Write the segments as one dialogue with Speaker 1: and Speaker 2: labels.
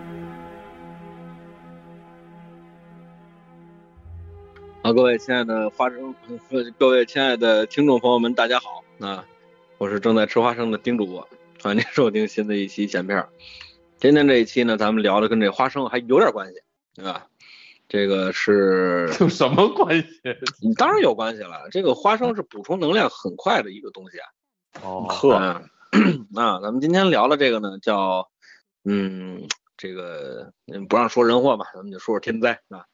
Speaker 1: 好，啊各位亲爱的花生，呃各位亲爱的听众朋友们，大家好啊！我是正在吃花生的丁主播，欢迎收听新的一期闲片儿。今天这一期呢，咱们聊的跟这花生还有点关系，对吧？这个 是
Speaker 2: 有什么关系？
Speaker 1: 当然有关系了。这个花生是补充能量很快的一个东西啊。
Speaker 2: 哦，
Speaker 3: 呵，
Speaker 1: 啊，那咱们今天聊的这个呢，叫嗯，这个嗯不让说人祸嘛，咱们就说说天灾啊，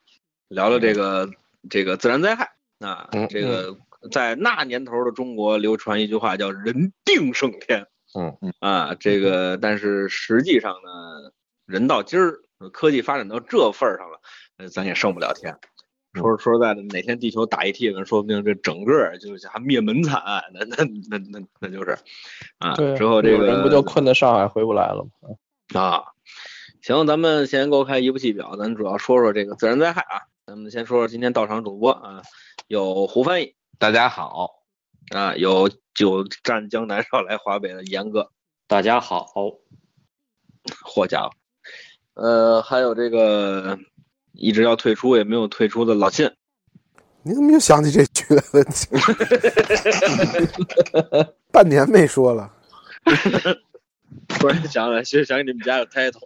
Speaker 1: 聊聊这个这个自然灾害啊
Speaker 3: 嗯，
Speaker 1: 这个在那年头的中国流传一句话叫“人定胜天”，
Speaker 3: 嗯嗯
Speaker 1: 啊，这个但是实际上呢，人到今儿科技发展到这份儿上了，呃咱也胜不了天。
Speaker 4: 嗯
Speaker 1: 说说实在的，哪天地球打一替分，说不定这整个就是还灭门惨，那那那那那就是，啊，
Speaker 4: 对，
Speaker 1: 之后这
Speaker 4: 有
Speaker 1: 个
Speaker 4: 人不就困在上海回不来了吗？
Speaker 1: 啊，行，咱们先勾开一部戏表，咱主要说说这个自然灾害啊。咱们先说说今天到场主播啊，有胡翻译
Speaker 2: 大家好，
Speaker 1: 啊，有久战江南少来华北的严哥，
Speaker 3: 大家好，
Speaker 1: 好家伙，呃，还有这个一直要退出也没有退出的老信，
Speaker 5: 你怎么又想起这句来了？ 半年没说了，
Speaker 1: 突然想起来，其实想给你们家有 title。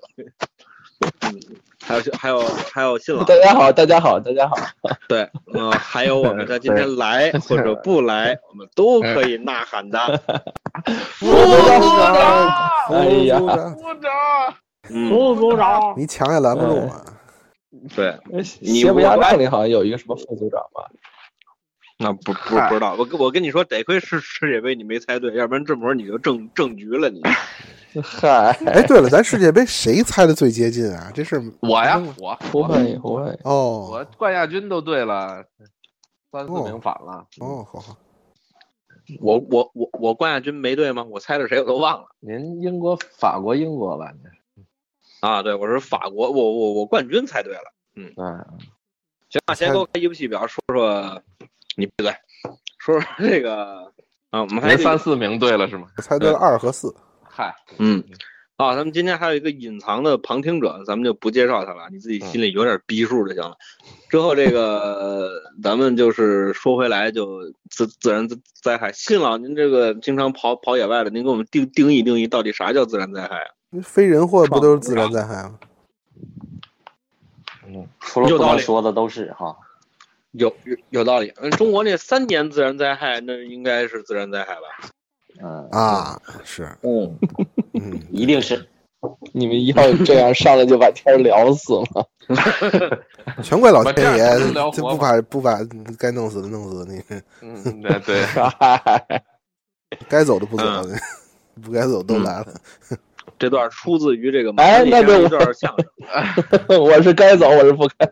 Speaker 1: 嗯，还有还有还有信 老，
Speaker 4: 大家好，大家好，大家好，
Speaker 1: 对，呃，还有我们在今天来或者不来，我们都可以呐喊 的。
Speaker 4: 哎呀
Speaker 5: 副组长
Speaker 1: 嗯，
Speaker 3: 组长，
Speaker 5: 你抢也拦不住啊我。
Speaker 1: 对，你
Speaker 4: 邪不压
Speaker 1: 我
Speaker 4: 正里好像有一个什么副组长吧？
Speaker 1: 那不不不知道，我跟我跟你说，得亏是世界杯你没猜对，要不然这么会儿你就正正局了你。
Speaker 4: 嗨，
Speaker 5: 哎，对了，咱世界杯谁猜的最接近啊？这是
Speaker 2: 我呀，我
Speaker 4: 胡翻译，胡翻译，
Speaker 5: 哦
Speaker 2: 我冠亚军都对了，三四名反了，
Speaker 5: 哦，好好，
Speaker 1: 我我我我冠亚军没对吗？我猜的谁我都忘了
Speaker 2: 您英国、法国、英国吧？您
Speaker 1: 啊！对，我是法国，我我我冠军猜对了。
Speaker 2: 对，
Speaker 1: 行，那先
Speaker 5: 猜
Speaker 1: 给我开一部戏表，说说你闭嘴，说说这个啊，我们还有
Speaker 2: 您
Speaker 1: 一个
Speaker 2: 三四名对了是吗？
Speaker 5: 我猜对了二和四。
Speaker 2: 嗨，
Speaker 1: 嗯，啊，咱们今天还有一个隐藏的旁听者，咱们就不介绍他了，你自己心里有点逼数就行了。之后这个呃咱们就是说回来，就自自然灾害。信老，您这个经常跑跑野外的，您给我们定定义定义，到底啥叫自然灾害啊？
Speaker 5: 非人祸不都是自然灾害吗？
Speaker 3: 嗯，除了
Speaker 1: 有
Speaker 3: 不
Speaker 1: 道
Speaker 3: 能
Speaker 1: 理
Speaker 3: 说的都是哈，
Speaker 1: 有有有道理。嗯，中国那三年自然灾害，那应该是自然灾害吧？
Speaker 3: 嗯，
Speaker 5: 啊，是，
Speaker 1: 嗯，
Speaker 5: 嗯，
Speaker 3: 一定是
Speaker 4: 你们以后这样上来就把天儿聊死吗？
Speaker 5: 全怪老天
Speaker 2: 把这样
Speaker 5: 爷
Speaker 2: 才能聊，活
Speaker 5: 这不把不把该弄死的弄死，你
Speaker 2: 嗯，对对，
Speaker 4: 嗨，
Speaker 5: 该走的 不走，不该走都来了。
Speaker 1: 这段出自于这个马
Speaker 4: 哎
Speaker 1: 三立
Speaker 4: 那
Speaker 1: 先生
Speaker 4: 就
Speaker 1: 一段相声。
Speaker 4: 我是该走，我是不该。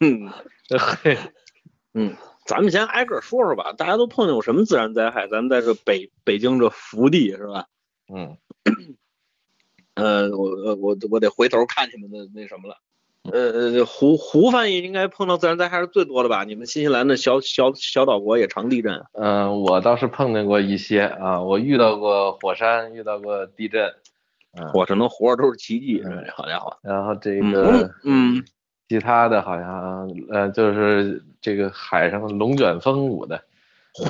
Speaker 1: 嗯，嘿，嗯，咱们先挨个说说吧，大家都碰见过什么自然灾害？咱们在这北北京这福地是吧？
Speaker 2: 嗯，
Speaker 1: 呃，我呃我我得回头看你们的那什么了。呃，胡胡翻译应该碰到自然灾害是最多的吧？你们新西兰的小小小岛国也常地震啊，
Speaker 2: 嗯，我倒是碰见过一些啊，我遇到过火山，遇到过地震，嗯，
Speaker 1: 我这能活着都是奇迹，哎
Speaker 2: 嗯
Speaker 1: 好家伙！
Speaker 2: 然后这
Speaker 1: 嗯
Speaker 2: 个
Speaker 1: 嗯，
Speaker 2: 其他的好像呃，就是这个海上龙卷风舞的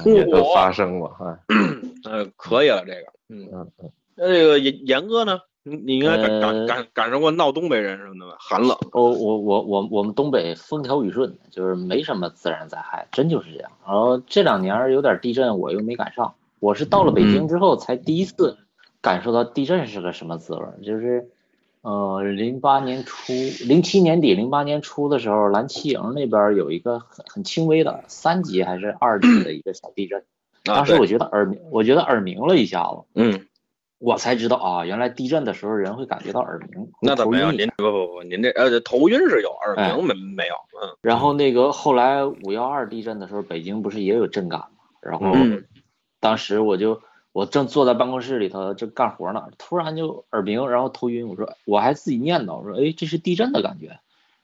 Speaker 2: 嗯也都
Speaker 1: 嚯，
Speaker 2: 发生过啊，
Speaker 1: 呃，可以了这个，嗯，
Speaker 2: 嗯嗯，
Speaker 1: 那这个严严哥呢？你你应该感感
Speaker 3: 呃
Speaker 1: 感感受过闹东北人什么的吧？寒冷，
Speaker 3: 我哦我我我我们东北风调雨顺，就是没什么自然灾害，真就是这样。然后这两年儿有点地震，我又没赶上，我是到了北
Speaker 1: 嗯
Speaker 3: 京之后才第一次感受到地震是个什么滋味儿，就是。呃，零八年初，零七年底，零八年初的时候，蓝旗营那边儿有一个很很轻微的三级还是二级的一个小地震，
Speaker 1: 啊
Speaker 3: 当时我觉得耳鸣，我觉得耳鸣了一下子，
Speaker 1: 嗯。
Speaker 3: 我才知道啊，原来地震的时候人会感觉到耳鸣，
Speaker 1: 那倒
Speaker 3: 头
Speaker 1: 没有，
Speaker 3: 晕
Speaker 1: 您不不不，您这呃头晕是有，耳
Speaker 3: 哎
Speaker 1: 鸣没没有，嗯
Speaker 3: 然后那个后来五幺二地震的时候，北京不是也有震感吗？然后
Speaker 1: 嗯
Speaker 3: 当时我就我正坐在办公室里头正干活呢，突然就耳鸣，然后头晕。我说我还自己念叨，我说哎，这是地震的感觉。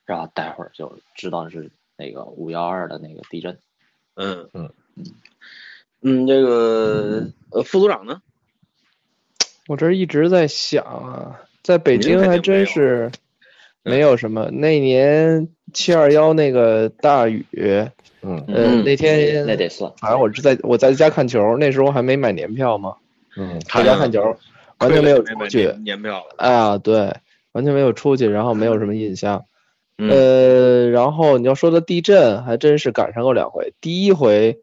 Speaker 3: 然后待会儿就知道是那个五幺二的那个地震。
Speaker 1: 嗯
Speaker 2: 嗯
Speaker 1: 嗯，这个呃副组长呢？
Speaker 4: 我这一直在想啊，在北京还真是，
Speaker 1: 嗯
Speaker 3: 没有什么。那年七二幺那个大雨，
Speaker 2: 嗯
Speaker 3: 呃，
Speaker 1: 嗯
Speaker 3: 那天
Speaker 6: 那得算。
Speaker 3: 反正我是在我在家看球，那时候还没买年票嘛，
Speaker 2: 嗯，
Speaker 3: 在家看球，完全没有出去
Speaker 1: 年年票了。
Speaker 3: 啊，对，完全没有出去，然后没有什么印象。
Speaker 1: 嗯
Speaker 3: 呃，然后你要说的地震，还真是赶上过两回。第一回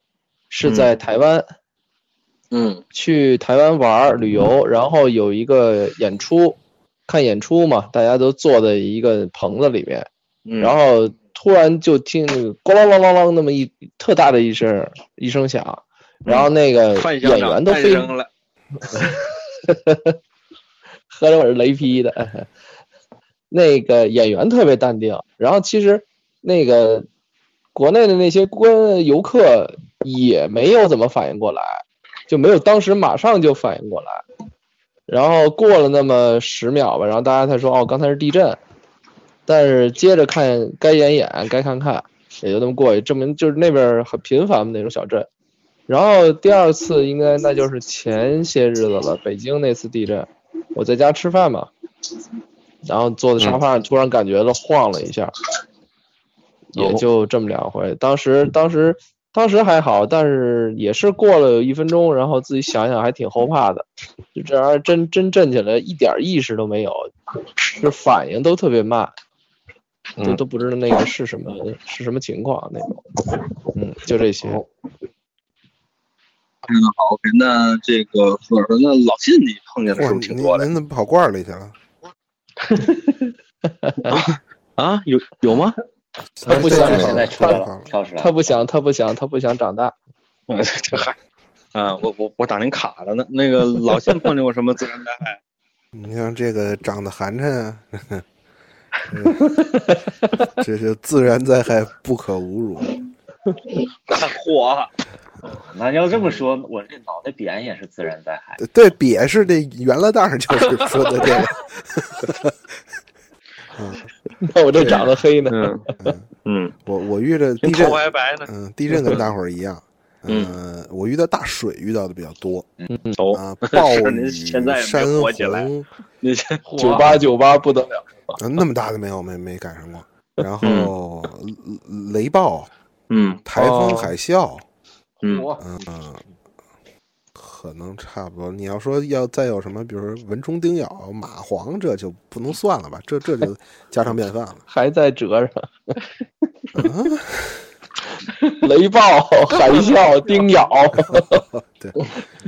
Speaker 3: 是在台湾，
Speaker 1: 嗯
Speaker 3: 去台湾玩儿旅游，然后有一个演出，看演出嘛，大家都坐在一个棚子里面，
Speaker 1: 嗯，
Speaker 3: 然后突然就听那个咣啷啷啷啷那么一特大的一声一声响，然后
Speaker 1: 嗯
Speaker 3: 那个
Speaker 1: 范校
Speaker 3: 演
Speaker 1: 长
Speaker 3: 员都
Speaker 1: 诞
Speaker 3: 非
Speaker 1: 生了，
Speaker 3: 合着我是雷劈的。 那个演员特别淡定，然后其实那个国内的那些观游客也没有怎么反应过来，就没有当时马上就反应过来，然后过了那么十秒吧，然后大家才说哦，刚才是地震，但是接着看该演演该看看，也就那么过去，证明就是那边很频繁的那种小震。然后第二次应该那就是前些日子了，北京那次地震，我在家吃饭嘛，然后坐在沙发上，突然感觉到晃了一下，也
Speaker 2: 哦
Speaker 3: 就这么两回。当时当时当时还好，但是也是过了有一分钟，然后自己想想还挺后怕的，就这玩意儿真真震起来一点意识都没有，就反应都特别慢，都
Speaker 2: 嗯
Speaker 3: 都不知道那个是什么是什么情况那种。嗯，就这些。
Speaker 1: 好，OK，那这个说说，那老信你碰见的
Speaker 5: 哇
Speaker 1: 嗯是不
Speaker 5: 您
Speaker 1: 是挺多的
Speaker 5: 您怎么跑罐儿里去了？
Speaker 1: 啊？有有吗？
Speaker 3: 他不想
Speaker 5: 太
Speaker 6: 现
Speaker 5: 好
Speaker 6: 在
Speaker 5: 了
Speaker 6: 出来
Speaker 5: 哎太好
Speaker 6: 了
Speaker 5: 了，
Speaker 6: 跳出来
Speaker 3: 他
Speaker 6: 了。
Speaker 3: 不想，他不想，他不想长大。
Speaker 1: 我 这还啊，我我我打您卡了呢。那个老信碰见过什么自然灾害？
Speaker 5: 你像这个长得寒碜啊，嗯这是自然灾害不可侮辱。
Speaker 1: 嚯，
Speaker 6: 那要这么说，我这脑袋必然也是自然灾害。
Speaker 5: 对，瘪是这原了蛋儿就是 说的这个。
Speaker 3: 那我这长得黑呢？
Speaker 1: 嗯嗯，
Speaker 5: 我我遇着地
Speaker 1: 您
Speaker 5: 震
Speaker 1: 头，还白呢，
Speaker 5: 嗯，地震跟大伙儿一样。嗯，我遇到大水遇到的比较多
Speaker 1: 头
Speaker 5: 啊，暴
Speaker 1: 是
Speaker 5: 雨、
Speaker 1: 您现在也没
Speaker 5: 山
Speaker 1: 火起来
Speaker 5: 洪，
Speaker 1: 那些
Speaker 3: 九八九八不得了，
Speaker 5: 啊，那么大的没有，没没赶上过。然后雷暴、
Speaker 1: 嗯
Speaker 5: 台风、
Speaker 3: 哦
Speaker 5: 海啸，
Speaker 1: 嗯
Speaker 5: 嗯，可能差不多。你要说要再有什么，比如说蚊虫叮咬、蚂蟥，这就不能算了吧？这这就家常便饭了。
Speaker 3: 还在折上，
Speaker 5: 嗯，
Speaker 3: 雷暴、海啸、叮咬，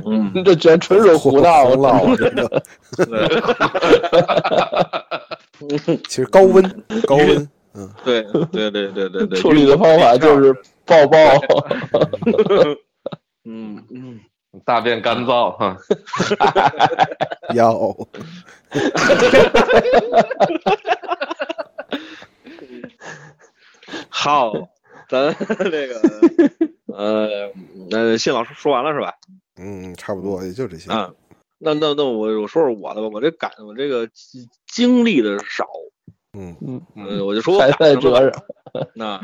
Speaker 1: 嗯，
Speaker 3: 这全纯属胡闹。
Speaker 5: 胡
Speaker 3: 我
Speaker 5: 闹
Speaker 3: 操！
Speaker 5: 啊，这个。其实高温，高温，嗯，
Speaker 1: 对对对对对对，
Speaker 3: 处理的方法就是抱抱。
Speaker 1: 嗯嗯，
Speaker 2: 大便干燥哈，
Speaker 5: 要
Speaker 1: 好，咱 这个呃呃，信老师说完了是吧？
Speaker 5: 嗯，差不多也就这些。
Speaker 1: 啊，那那那我我说说我的吧，我这感我这个经经历的少，
Speaker 5: 嗯
Speaker 1: 呃，我就说我
Speaker 3: 还
Speaker 1: 赶
Speaker 3: 在
Speaker 1: 上
Speaker 3: 折
Speaker 1: 的，
Speaker 3: 上，
Speaker 1: 那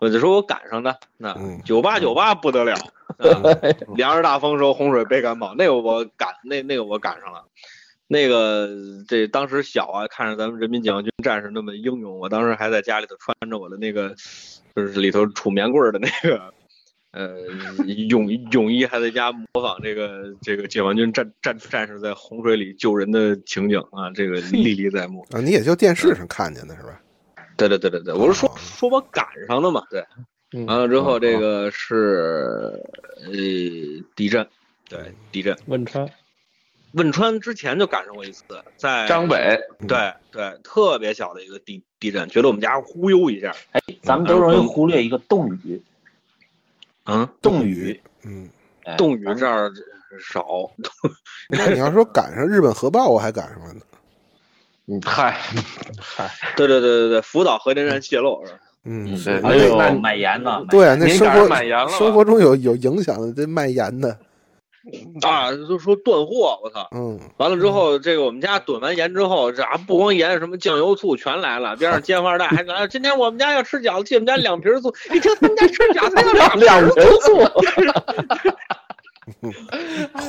Speaker 1: 我就说我赶上的，那
Speaker 5: 嗯
Speaker 1: 九八九八不得了，啊
Speaker 5: 嗯
Speaker 1: 连着大丰收，洪水被赶跑，那个我赶那那个我赶上了。那个这当时小啊，看着咱们人民解放军战士那么英勇，我当时还在家里头穿着我的那个，就是里头杵棉棍儿的那个，呃，泳泳衣，还在家模仿这个这个解放军战战战士在洪水里救人的情景啊，这个历历在目。
Speaker 5: 啊，你也就电视上看见的是吧？
Speaker 1: 对对对对对，我是说
Speaker 5: 哦
Speaker 1: 说我赶上的嘛，对。
Speaker 3: 嗯
Speaker 1: 完了之后，这个是呃地震，对地震。
Speaker 3: 汶川
Speaker 1: 汶川之前就赶上过一次，在
Speaker 2: 张北
Speaker 1: 对对特别小的一个地地震，觉得我们家忽悠一下，
Speaker 6: 哎，咱们都容
Speaker 3: 嗯
Speaker 6: 易忽略一个冻雨，
Speaker 1: 嗯，
Speaker 6: 冻雨，
Speaker 5: 嗯，
Speaker 6: 哎
Speaker 1: 冻雨
Speaker 6: 咱们
Speaker 1: 这儿少，
Speaker 5: 那你要说赶上日本核爆，我还赶上了呢。
Speaker 2: 嗯嗨，
Speaker 1: 对对对对对，福岛核电站泄漏是吧？
Speaker 5: 嗯，
Speaker 2: 对，
Speaker 6: 哎
Speaker 2: 那
Speaker 6: 呦，
Speaker 2: 那
Speaker 6: 买盐呢？
Speaker 5: 对啊，那
Speaker 2: 您
Speaker 5: 生
Speaker 2: 赶上买盐了
Speaker 5: 活
Speaker 2: 吧
Speaker 5: 生活中有有影响的，这卖盐的，
Speaker 1: 啊，就说断货，我操！
Speaker 5: 嗯，
Speaker 1: 完了之后，这个我们家囤完盐之后，这还啊不光盐，什么酱油、醋全来了。边上街坊二代还来，今天我们家要吃饺子，去我们家两瓶醋。一听他们家吃饺子要 两
Speaker 3: 两人座，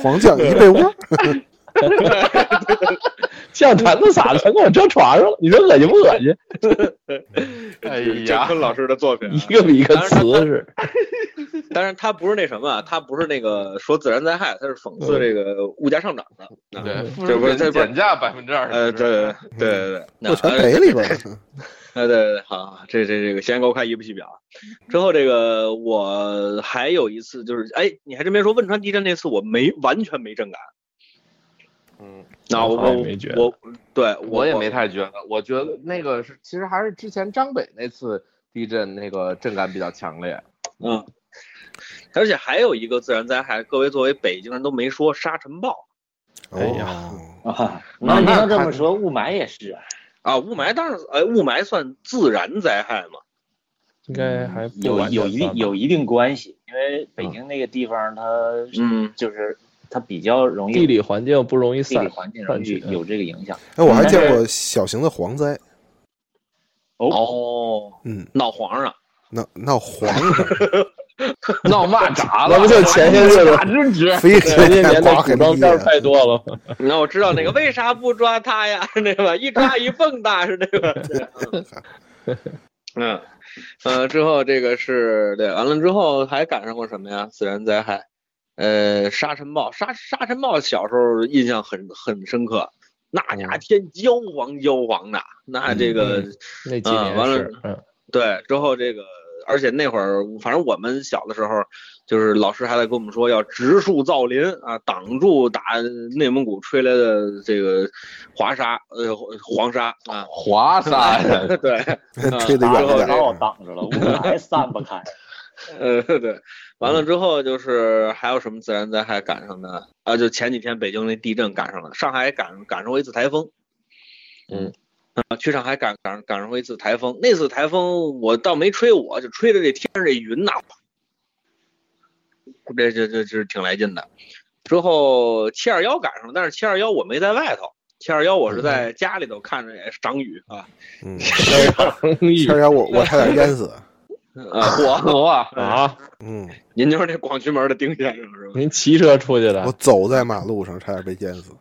Speaker 5: 黄酱一被窝，
Speaker 3: 像坛子撒的全给我遮床上了，你说恶心不恶心？
Speaker 2: 哎
Speaker 1: 姜
Speaker 2: 呀，
Speaker 1: 昆老师的作品啊、
Speaker 3: 一个比一个瓷实。
Speaker 1: 当然他不是那什么啊，他不是那个说自然灾害，他是讽刺这个物价上涨的。啊
Speaker 2: 对，富
Speaker 1: 这
Speaker 2: 士
Speaker 1: 不是
Speaker 2: 品
Speaker 1: 这不
Speaker 2: 减
Speaker 1: 是
Speaker 2: 价百分之二十。
Speaker 1: 呃，对对对对，那
Speaker 5: 过全赔里边儿了。
Speaker 1: 啊，对对对，好，这这这个先给我看一不起表啊。之后这个我还有一次就是，哎，你还真别说，汶川地震那次我没完全没震感。
Speaker 2: 嗯，
Speaker 1: 那我
Speaker 3: 哦我好像
Speaker 1: 我
Speaker 3: 没觉得
Speaker 1: 我对我
Speaker 2: 我也没太觉得，我觉得那个是其实还是之前张北那次地震那个震感比较强烈。
Speaker 1: 嗯，而且还有一个自然灾害，各位作为北京人都没说沙尘暴
Speaker 5: 哎呀，
Speaker 6: 啊，
Speaker 3: 嗯
Speaker 6: 那你要这么说，雾霾也是啊，
Speaker 1: 啊，雾霾当然哎，雾霾算自然灾害嘛。
Speaker 3: 应该还不
Speaker 6: 有
Speaker 3: 完全
Speaker 6: 嗯有一
Speaker 3: 算吧嗯
Speaker 6: 有一定关系，因为北京那个地方它
Speaker 1: 嗯，
Speaker 6: 就是它比较容易
Speaker 3: 地理环境不容易
Speaker 6: 地理
Speaker 3: 散，
Speaker 6: 环境容
Speaker 3: 散
Speaker 6: 易
Speaker 3: 去
Speaker 6: 有这个影响。
Speaker 5: 哎，我还见过小型的蝗灾，
Speaker 1: 哦，
Speaker 5: 嗯，
Speaker 1: 闹黄上，
Speaker 5: 闹闹蝗了，
Speaker 2: 闹蚂蚱了，
Speaker 3: 那不就前些日子
Speaker 2: 哪只纸？，
Speaker 5: 非
Speaker 3: 前些年的
Speaker 5: 刮
Speaker 3: 古
Speaker 5: 很
Speaker 3: 装
Speaker 5: 厉
Speaker 3: 片儿
Speaker 5: 害。
Speaker 3: 太多了嘛，
Speaker 1: 那我知道那个为啥不抓他呀，对吧？一抓一蹦跶是这个。嗯，呃，之后这个是对，完了之后还赶上过什么呀？自然灾害，呃，沙尘暴，沙沙尘暴小时候印象很很深刻，那家天焦黄焦黄的，那这个、
Speaker 3: 那几
Speaker 1: 嗯
Speaker 3: 年
Speaker 1: 嗯完了
Speaker 3: 是，嗯，
Speaker 1: 对，之后这个，而且那会儿，反正我们小的时候，就是老师还在跟我们说要植树造林啊，挡住打内蒙古吹来的这个华沙，呃，黄沙啊
Speaker 2: 华沙呀，
Speaker 1: 对，
Speaker 5: 吹得
Speaker 1: 啊之
Speaker 5: 远
Speaker 1: 后这
Speaker 5: 点儿
Speaker 1: 个
Speaker 6: 把我挡住了，雾霾散不开。
Speaker 1: 呃，对，完了之后就是还有什么自然灾害赶上的啊？就前几天北京那地震赶上了，上海赶赶上过一次台风。
Speaker 2: 嗯，
Speaker 1: 啊，去上海赶赶赶上过一次台风，那次台风我倒没吹我，就吹着这天上这云呐，这这这这挺来劲的。之后七二幺赶上了，但是七二幺我没在外头，七二幺我是在家里头看着也是涨雨啊
Speaker 5: 嗯，
Speaker 3: 一
Speaker 5: 差点我我差点淹死。
Speaker 1: 啊！嚯，
Speaker 2: 哇，
Speaker 3: 啊，
Speaker 5: 嗯，
Speaker 1: 您就是那广渠门的丁先生是吧？
Speaker 3: 您骑车出去
Speaker 5: 我
Speaker 3: 的，
Speaker 5: 走在马路上差点被淹死。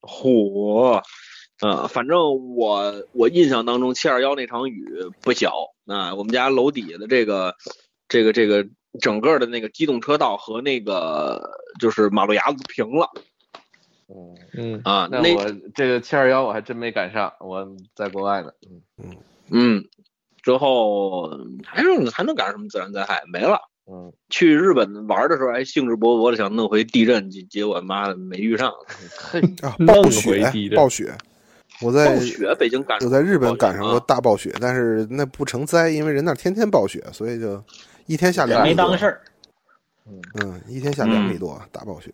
Speaker 1: 嚯，呃，反正我我印象当中七二幺那场雨不小啊、我们家楼底下的这个这个这个整个的那个机动车道和那个就是马路牙子平了
Speaker 2: 嗯
Speaker 3: 嗯，
Speaker 1: 啊、
Speaker 2: 那
Speaker 1: 那
Speaker 2: 我这个七二幺我还真没赶上，我在国外呢。嗯
Speaker 1: 嗯，之后还能还能赶上什么自然灾害没了。
Speaker 2: 嗯，
Speaker 1: 去日本玩的时候还兴致勃勃的想弄回地震，结结果妈的没遇上。
Speaker 2: 嘿，
Speaker 5: 啊，
Speaker 3: 愣
Speaker 5: 暴
Speaker 3: 回
Speaker 5: 雪
Speaker 3: 地，震
Speaker 5: 暴雪，我在
Speaker 1: 暴雪，北京赶上
Speaker 5: 我在日本赶上
Speaker 1: 暴
Speaker 5: 过
Speaker 1: 雪啊
Speaker 5: 大暴雪，但是那不成灾，因为人那儿天天暴雪，所以就一天下两
Speaker 6: 没
Speaker 5: 里
Speaker 6: 当
Speaker 5: 多
Speaker 6: 事。儿，
Speaker 5: 嗯，一天下两里多，大暴雪。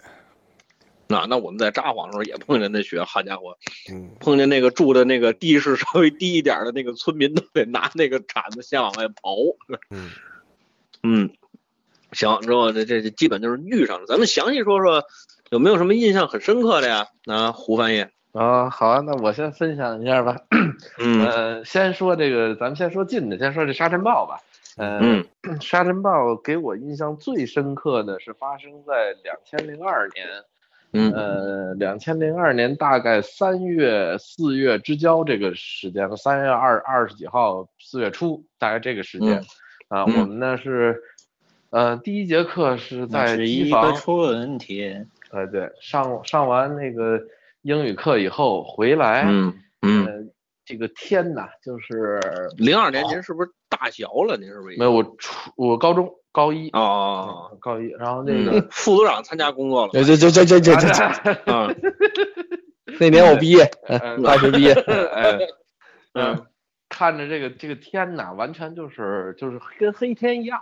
Speaker 1: 那那我们在札幌的时候也碰见那雪，好家伙，
Speaker 5: 嗯，
Speaker 1: 碰见那个住的那个地势稍微低一点的那个村民，都得拿那个铲子先往外刨。
Speaker 5: 嗯
Speaker 1: 嗯，行，之后这这这基本就是遇上了。咱们详细说说，有没有什么印象很深刻的呀？啊，胡翻译，
Speaker 2: 啊，好啊，那我先分享一下吧。
Speaker 1: 嗯
Speaker 2: 呃，先说这个，咱们先说近的，先说这沙尘暴吧。呃，
Speaker 1: 嗯
Speaker 2: 沙尘暴给我印象最深刻的是发生在两千零二年，
Speaker 1: 嗯
Speaker 2: 呃，两千零二年大概三月、四月之交这个时间，三月二二十几号、四月初，大概这个时间。啊，
Speaker 1: 嗯
Speaker 2: 我们呢是，呃，第一节课是
Speaker 6: 那
Speaker 2: 在
Speaker 6: 是
Speaker 2: 机
Speaker 6: 一个
Speaker 2: 房，
Speaker 6: 春天。
Speaker 2: 呃，对，上上完那个英语课以后回来，
Speaker 1: 嗯嗯，
Speaker 2: 哎呃，这个天呐，就是
Speaker 1: 零二年您是不是大学了？您是不是已经？
Speaker 2: 没有我初我高中高一
Speaker 1: 哦哦，哦
Speaker 2: 啊高一，然后那个
Speaker 1: 嗯，副组长参加工作了
Speaker 3: 这这这这这这这，
Speaker 1: 啊，
Speaker 3: 那年我毕业，
Speaker 2: 嗯
Speaker 3: 大学毕业，
Speaker 2: 哎，
Speaker 1: 嗯
Speaker 2: 嗯， 看着这个这个天呐，完全就是就是跟黑天一样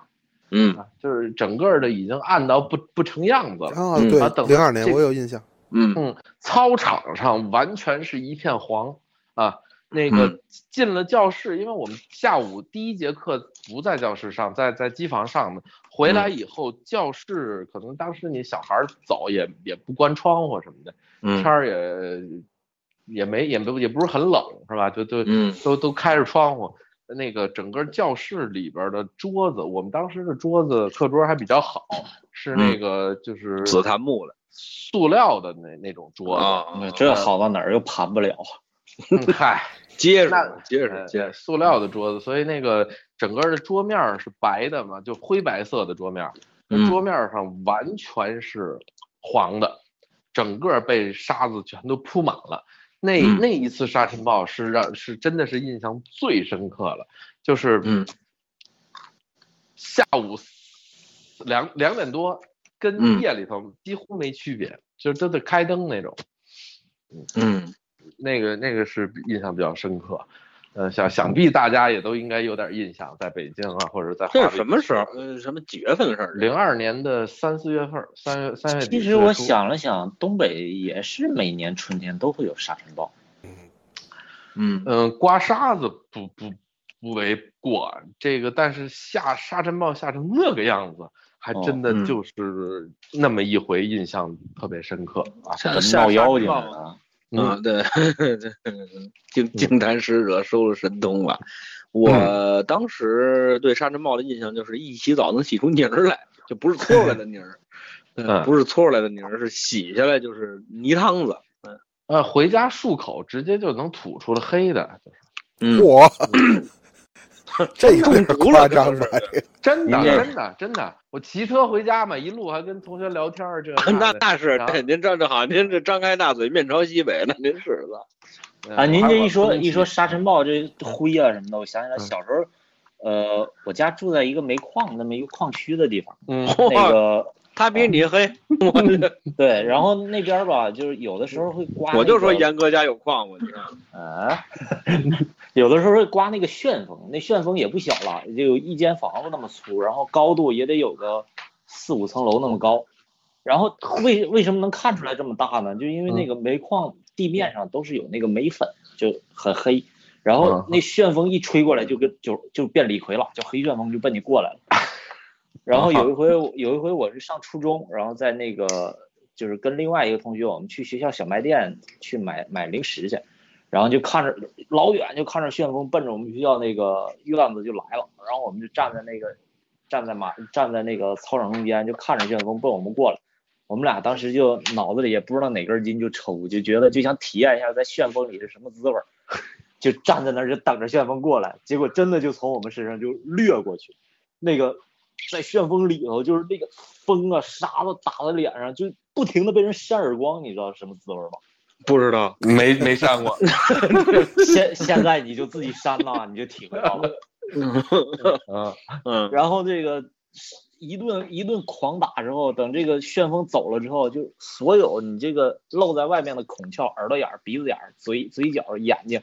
Speaker 1: 嗯
Speaker 2: 啊，就是整个的已经暗到不不成样子了。
Speaker 5: 啊，
Speaker 1: 嗯
Speaker 5: 对
Speaker 2: 啊等，
Speaker 5: 零二年
Speaker 2: 这
Speaker 5: 我有印象。
Speaker 1: 嗯
Speaker 2: 嗯，操场上完全是一片黄啊。那
Speaker 1: 嗯
Speaker 2: 个进了教室，因为我们下午第一节课不在教室上，在在机房上的。回来
Speaker 1: 嗯
Speaker 2: 以后，教室可能当时你小孩儿走也也不关窗户什么的，天
Speaker 1: 嗯
Speaker 2: 儿也也没也不也不是很冷是吧？就就
Speaker 1: 嗯
Speaker 2: 都都开着窗户，那个整个教室里边的桌子，我们当时的桌子课桌还比较好，是那个就是
Speaker 1: 嗯紫檀木的
Speaker 2: 塑料的那那种桌子。
Speaker 1: 啊，
Speaker 6: 这好到哪儿又盘不了。
Speaker 2: 嗯嗨，
Speaker 1: 结实
Speaker 2: 那
Speaker 1: 结实
Speaker 2: 呃
Speaker 1: 结实，
Speaker 2: 塑料的桌子，所以那个整个的桌面儿是白的嘛，就灰白色的桌面儿，那
Speaker 6: 嗯
Speaker 2: 桌面儿上完全是黄的，整个被沙子全都铺满了。那
Speaker 1: 嗯
Speaker 2: 那一次沙尘暴是让是真的是印象最深刻了，就是
Speaker 1: 嗯
Speaker 2: 下午两两点多跟
Speaker 1: 嗯
Speaker 2: 夜里头几乎没区别，就是都得开灯那种。
Speaker 1: 嗯，
Speaker 2: 那个那个是印象比较深刻。呃，想想必大家也都应该有点印象，在北京啊，或者在
Speaker 1: 这是什么时候？呃，什么几月份的事儿？
Speaker 2: 零二年的三四月份儿，三月三月底。
Speaker 6: 其实我，想了想，东北也是每年春天都会有沙尘暴。
Speaker 1: 嗯
Speaker 2: 嗯、刮沙子不不不为过，这个但是下沙尘暴下成那个样子，还真
Speaker 1: 哦
Speaker 2: 的
Speaker 1: 嗯
Speaker 2: 就是那么一回，印象特别深刻啊。
Speaker 1: 下
Speaker 6: 闹妖精
Speaker 1: 下
Speaker 6: 来
Speaker 1: 呃沙
Speaker 6: 了，
Speaker 1: 啊，对， 净净坛使者收了神通了。我当时对沙尘暴的印象就是一洗澡能洗出泥儿来，就不是搓出来的泥儿，呃
Speaker 2: 嗯
Speaker 1: 不是搓出来的泥儿，是洗下来就是泥汤子。
Speaker 2: 呃，回家漱口直接就能吐出了黑的，
Speaker 1: 嗯，
Speaker 5: 我这有点夸张吧？这个
Speaker 2: 真的
Speaker 6: 您这
Speaker 2: 真的真的。我骑车回家嘛，一路还跟同学聊天儿，这
Speaker 1: 那
Speaker 2: 的
Speaker 1: 那是
Speaker 2: 然后
Speaker 1: 对，您这这好，您这张开大嘴面朝西北，那您是了。
Speaker 2: 嗯
Speaker 6: 啊，您
Speaker 2: 还
Speaker 6: 这
Speaker 2: 有
Speaker 6: 一说
Speaker 2: 空
Speaker 6: 一说
Speaker 2: 气
Speaker 6: 沙尘暴这灰啊什么的，我想起来
Speaker 2: 嗯
Speaker 6: 小时候，呃，我家住在一个煤矿那么一个矿区的地方，
Speaker 2: 嗯
Speaker 6: 那
Speaker 1: 哇，
Speaker 6: 个
Speaker 1: 他比你黑，我这
Speaker 6: 对，然后那边儿吧，就是有的时候会刮那个，
Speaker 1: 我就说严哥家有矿，我就
Speaker 6: 啊， 有的时候会刮那个旋风，那旋风也不小了，就有一间房子那么粗，然后高度也得有个四五层楼那么高。然后为为什么能看出来这么大呢？就因为那个煤矿地面上都是有那个煤粉，就很黑。然后那旋风一吹过来，就跟就就变李逵了，就黑旋风就奔你过来了。然后有一回，有一回我是上初中，然后在那个就是跟另外一个同学，我们去学校小卖店去买买零食去，然后就看着老远就看着旋风奔着我们学校那个院子就来了，然后我们就站在那个站在马站在那个操场中间就看着旋风奔我们过来，我们俩当时就脑子里也不知道哪根筋就抽，就觉得就想体验一下在旋风里是什么滋味儿，就站在那儿就等着旋风过来，结果真的就从我们身上就掠过去，那个在旋风里头就是那个风啊沙子打在脸上，就不停的被人扇耳光，你知道什么滋味儿吗？
Speaker 1: 不知道。
Speaker 2: 没没上过，
Speaker 6: 现现在你就自己删了，你就体会到了。
Speaker 2: 嗯，
Speaker 1: 嗯，
Speaker 6: 然后这个一顿一顿狂打之后，等这个旋风走了之后，就所有你这个露在外面的孔窍、耳朵眼儿、鼻子眼儿、嘴嘴角、眼睛，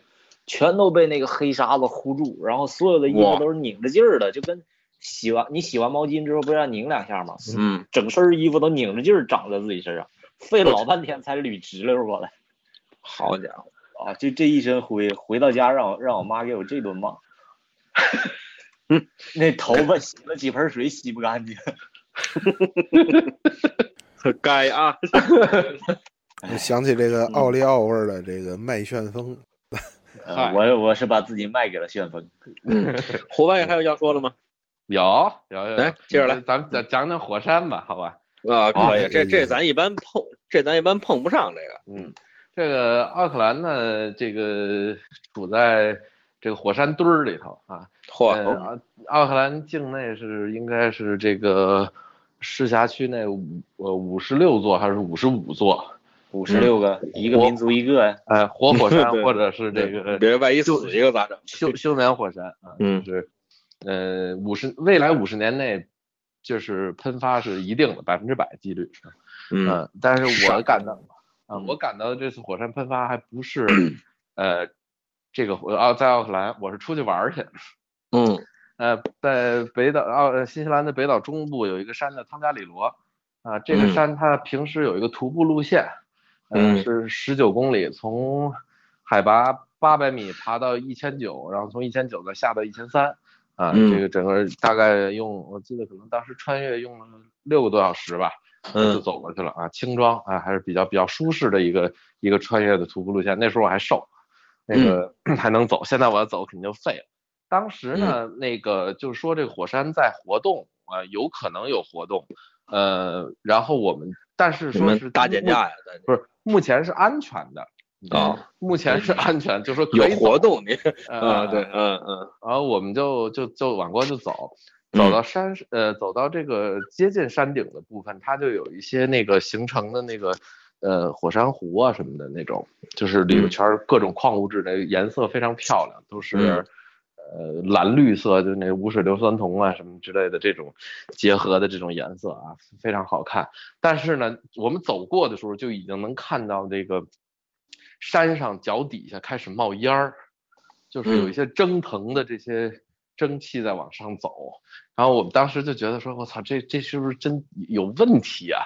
Speaker 6: 全都被那个黑沙子糊住，然后所有的衣服
Speaker 1: 哇
Speaker 6: 都是拧着劲儿的，就跟洗完你洗完毛巾之后不是要拧两下吗？
Speaker 1: 嗯，
Speaker 6: 整身衣服都拧着劲儿长在自己身上，费了老半天才捋直溜过来
Speaker 1: 好家伙，
Speaker 6: 啊！就这一身灰，回到家让我让我妈给我这顿骂。 那头发洗了几盆水洗不干净，
Speaker 1: 该啊，
Speaker 2: 哎
Speaker 5: 我想起这个奥利奥味儿的这个麦旋风，
Speaker 6: 呃
Speaker 2: 嗨
Speaker 6: 我我是把自己卖给了旋风。
Speaker 1: 国外还有要说的吗？
Speaker 2: 有有有，
Speaker 1: 来接着来
Speaker 2: 咱们咱讲讲火山吧，好吧？
Speaker 1: 啊，可
Speaker 5: 啊
Speaker 1: 以，这
Speaker 5: 这
Speaker 1: 这咱一般碰，这咱一般碰不上这个。
Speaker 2: 这个奥克兰呢，这个处在这个火山堆儿里头啊。
Speaker 1: 嚯，
Speaker 2: 呃，奥克兰境内是应该是这个市辖区内五呃五十六座还是五十五座？
Speaker 6: 五十六个，一个民族一个，
Speaker 2: 呃，活火山
Speaker 1: 对
Speaker 2: 或者是这个
Speaker 1: 别万一死一个咋整？
Speaker 2: 休休眠火山啊，
Speaker 1: 嗯
Speaker 2: 就是呃五十未来五十年内就是喷发是一定的百分之百几率，
Speaker 1: 嗯
Speaker 2: 嗯，但是
Speaker 1: 傻
Speaker 2: 我感到啊，
Speaker 1: 嗯
Speaker 2: 我感到这次火山喷发还不是呃这个火奥在奥克兰，我是出去玩儿去，
Speaker 1: 嗯
Speaker 2: 呃，在北岛奥呃新西兰的北岛中部有一个山叫汤加里罗，啊，这个
Speaker 1: 嗯
Speaker 2: 山它平时有一个徒步路线，呃
Speaker 1: 嗯
Speaker 2: 是十九公里，从海拔八百米爬到一千九，然后从一千九再下到一千三，啊，
Speaker 1: 嗯
Speaker 2: 这个整个大概用我记得可能当时穿越用了六个多小时吧，就
Speaker 1: 嗯
Speaker 2: 走过去了啊，轻装啊，还是比较比较舒适的一个一个穿越的徒步路线。那时候我还瘦，
Speaker 1: 嗯
Speaker 2: 那个 还能走，现在我要走肯定就废了。当时呢，
Speaker 1: 嗯
Speaker 2: 那个就是说这个火山在活动啊、呃有可能有活动，呃，然后我们但是
Speaker 1: 你
Speaker 2: 说
Speaker 1: 们
Speaker 2: 是
Speaker 1: 大
Speaker 2: 目
Speaker 1: 减价呀？咱
Speaker 2: 不是目前是安全的，嗯
Speaker 1: 啊，
Speaker 2: 目前是安全，就说可
Speaker 1: 有
Speaker 2: 以
Speaker 1: 活
Speaker 2: 走呃
Speaker 1: 动你啊，对，，嗯嗯
Speaker 2: 然后我们就就就往过就走，
Speaker 1: 嗯
Speaker 2: 走到山呃走到这个接近山顶的部分，它就有一些那个形成的那个呃火山湖啊什么的那种，就是
Speaker 1: 嗯
Speaker 2: 里边全是各种矿物质，那个颜色非常漂亮，都是
Speaker 1: 嗯。
Speaker 2: 呃，蓝绿色就是那无水硫酸铜啊什么之类的这种结合的这种颜色啊，非常好看。但是呢，我们走过的时候就已经能看到这个山上脚底下开始冒烟儿，就是有一些蒸腾的这些蒸汽在往上走。然后我们当时就觉得说，我操，这这是不是真有问题啊？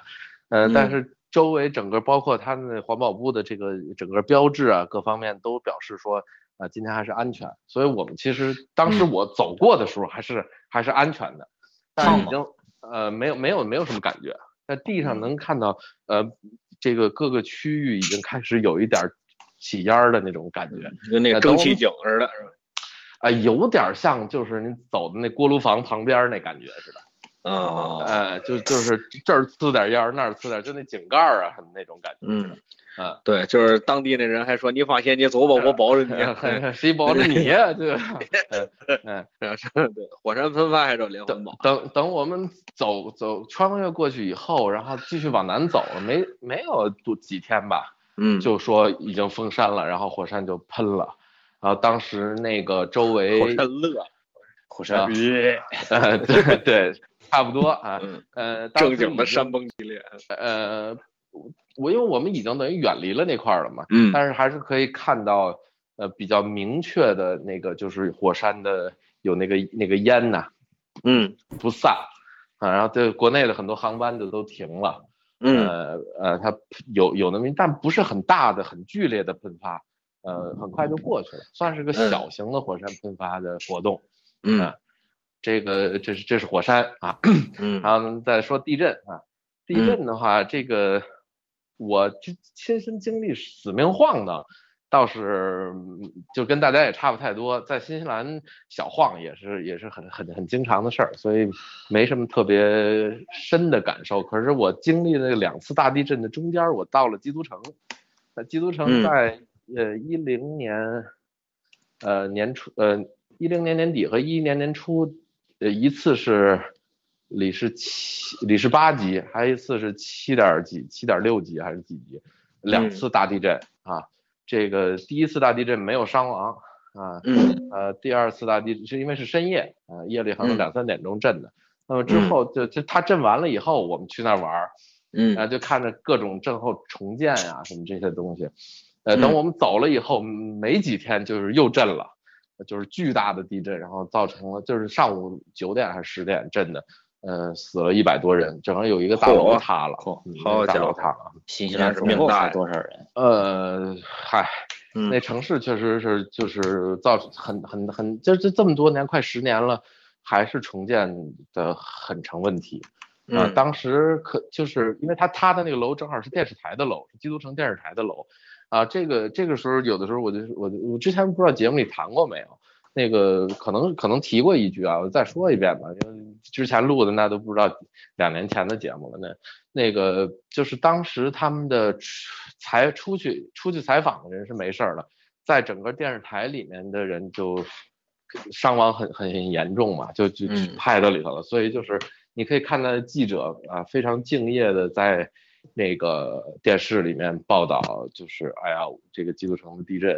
Speaker 2: 呃，
Speaker 1: 嗯
Speaker 2: 但是周围整个包括他们环保部的这个整个标志啊，各方面都表示说。啊，今天还是安全，所以我们其实当
Speaker 1: 嗯
Speaker 2: 时我走过的时候还是、还是安全的，但
Speaker 6: 烫
Speaker 2: 是已
Speaker 6: 吗
Speaker 2: 经呃没有没有没有什么感觉，在地
Speaker 1: 嗯
Speaker 2: 上能看到，呃，这个各个区域已经开始有一点儿起烟儿的那种感觉，啊、
Speaker 1: 嗯，跟那个
Speaker 2: 那都
Speaker 1: 蒸汽井似的，是吧
Speaker 2: 有点儿像就是您走的那锅炉房旁边儿那感觉似的，
Speaker 1: 啊，
Speaker 2: 呃，就就是这儿呲点儿烟儿，那儿呲点儿，就那井盖儿啊什么那种感觉，
Speaker 1: 嗯
Speaker 2: 啊，
Speaker 1: 对，就是当地那人还说你放心，你走吧，我保着你。啊
Speaker 2: 谁保着你呀、 对吧？
Speaker 1: 对，火山喷发还找连环
Speaker 2: 等
Speaker 1: 保，
Speaker 2: 等等，我们走走穿越过去以后，然后继续往南走，没没有多几天吧，
Speaker 1: 嗯，
Speaker 2: 就说已经封山了，然后火山就喷了，然后当时那个周围
Speaker 1: 火山乐，
Speaker 6: 火山
Speaker 2: 啊
Speaker 1: 哎
Speaker 2: 呃，对 对，差不多啊
Speaker 1: 嗯，
Speaker 2: 呃，当
Speaker 1: 正
Speaker 2: 时
Speaker 1: 经的
Speaker 2: 已经
Speaker 1: 山崩地裂，
Speaker 2: 呃，我因为我们已经等于远离了那块儿了嘛，
Speaker 1: 嗯
Speaker 2: 但是还是可以看到呃比较明确的那个就是火山的有那个那个烟呐、
Speaker 1: 嗯
Speaker 2: 不散啊，然后对国内的很多航班就都停了。
Speaker 1: 嗯
Speaker 2: 呃呃，它有有那么一，但不是很大的、很剧烈的喷发，呃，很快就过去了，算是个
Speaker 1: 嗯
Speaker 2: 小型的火山喷发的活动。
Speaker 1: 嗯
Speaker 2: 呃这个这是这是火山啊，
Speaker 1: 嗯
Speaker 2: 然后再说地震啊，地震的话，这个我亲亲身经历死命晃荡，倒是嗯就跟大家也差不太多，在新西兰小晃也是也是很很很经常的事儿，所以没什么特别深的感受。可是我经历了两次大地震的中间，我到了基督城，那基督城
Speaker 1: 嗯
Speaker 2: 在、呃一零年呃年初呃一零年年底和一一年年初，呃一次是里是七里是八级，还有一次是七点儿几七点六级还是几级，两
Speaker 1: 嗯
Speaker 2: 次大地震、啊。这个第一次大地震没有伤亡啊，
Speaker 1: 嗯
Speaker 2: 呃，第二次大地是因为是深夜啊、呃夜里好像
Speaker 1: 嗯
Speaker 2: 两三点钟震的。那么之后就就它震完了以后，我们去那儿玩儿，然后
Speaker 1: 嗯
Speaker 2: 呃就看着各种震后重建呀、什么这些东西。呃，等
Speaker 1: 嗯
Speaker 2: 我们走了以后，没几天就是又震了，就是巨大的地震，然后造成了就是上午九点还是十点震的，呃，死了一百多人，整个有一个大楼
Speaker 1: 嚯
Speaker 2: 塌了，
Speaker 6: 嚯
Speaker 2: 嗯
Speaker 1: 好
Speaker 2: 有一个大
Speaker 1: 家伙
Speaker 2: 楼塌了。
Speaker 6: 新西兰
Speaker 1: 是
Speaker 6: 总
Speaker 1: 命
Speaker 6: 共
Speaker 1: 大
Speaker 6: 才
Speaker 1: 呀
Speaker 6: 多少人？
Speaker 2: 呃，嗨，
Speaker 1: 嗯
Speaker 2: 那城市确实是就是造成很很很，就就这么多年快十年了，还是重建的很成问题。啊、
Speaker 1: 嗯
Speaker 2: 当时可就是因为他塌的那个楼正好是电视台的楼，是基督城电视台的楼，啊，这个这个时候有的时候我就我就我之前不知道节目里谈过没有，那个可能可能提过一句啊，我再说一遍吧，因为之前录的那都不知道两年前的节目了，那那个就是当时他们的出采出去出去采访的人是没事儿了，在整个电视台里面的人就伤亡很很很严重嘛，就就
Speaker 1: 嗯
Speaker 2: 派到里头了，所以就是你可以看到记者啊非常敬业的在那个电视里面报道，就是哎呀这个基督城的地震，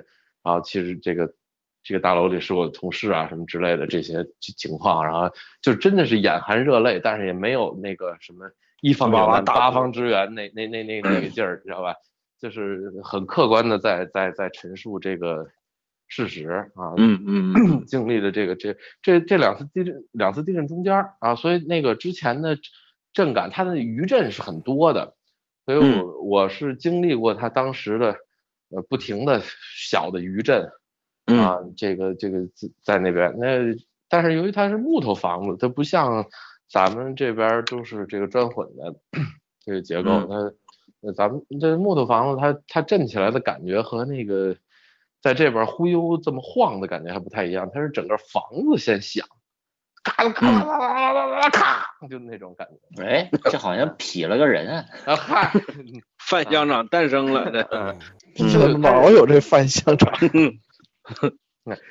Speaker 2: 然后啊其实这个这个大楼里是我的同事啊什么之类的这些情况，然后就真的是眼含热泪，但是也没有那个什么一方
Speaker 1: 哇
Speaker 2: 有
Speaker 1: 哇
Speaker 2: 难
Speaker 1: 大
Speaker 2: 八
Speaker 1: 哭
Speaker 2: 方支援那那那那那个劲儿，知道吧？就是很客观的在在在陈述这个事实啊，
Speaker 1: 嗯嗯
Speaker 2: 经历了这个这这这两次地震两次地震中间儿啊，所以那个之前的震感，它的余震是很多的，所以
Speaker 1: 嗯
Speaker 2: 我我是经历过它当时的呃不停的小的余震
Speaker 1: 嗯
Speaker 2: 啊，这个这个在在那边那，但是由于它是木头房子，它不像咱们这边儿都是这个砖混的 这个结构，
Speaker 1: 嗯
Speaker 2: 它那咱们这木头房子它，它震起来的感觉和那个在这边忽悠这么晃的感觉还不太一样，它是整个房子先响，咔啦咔啦咔啦咔啦咔啦咔，就那种感觉。
Speaker 6: 哎，这好像劈了个人啊！
Speaker 2: 啊嗨，
Speaker 1: 范乡长诞生了， 对，
Speaker 2: 嗯，
Speaker 3: 这老有这范乡长，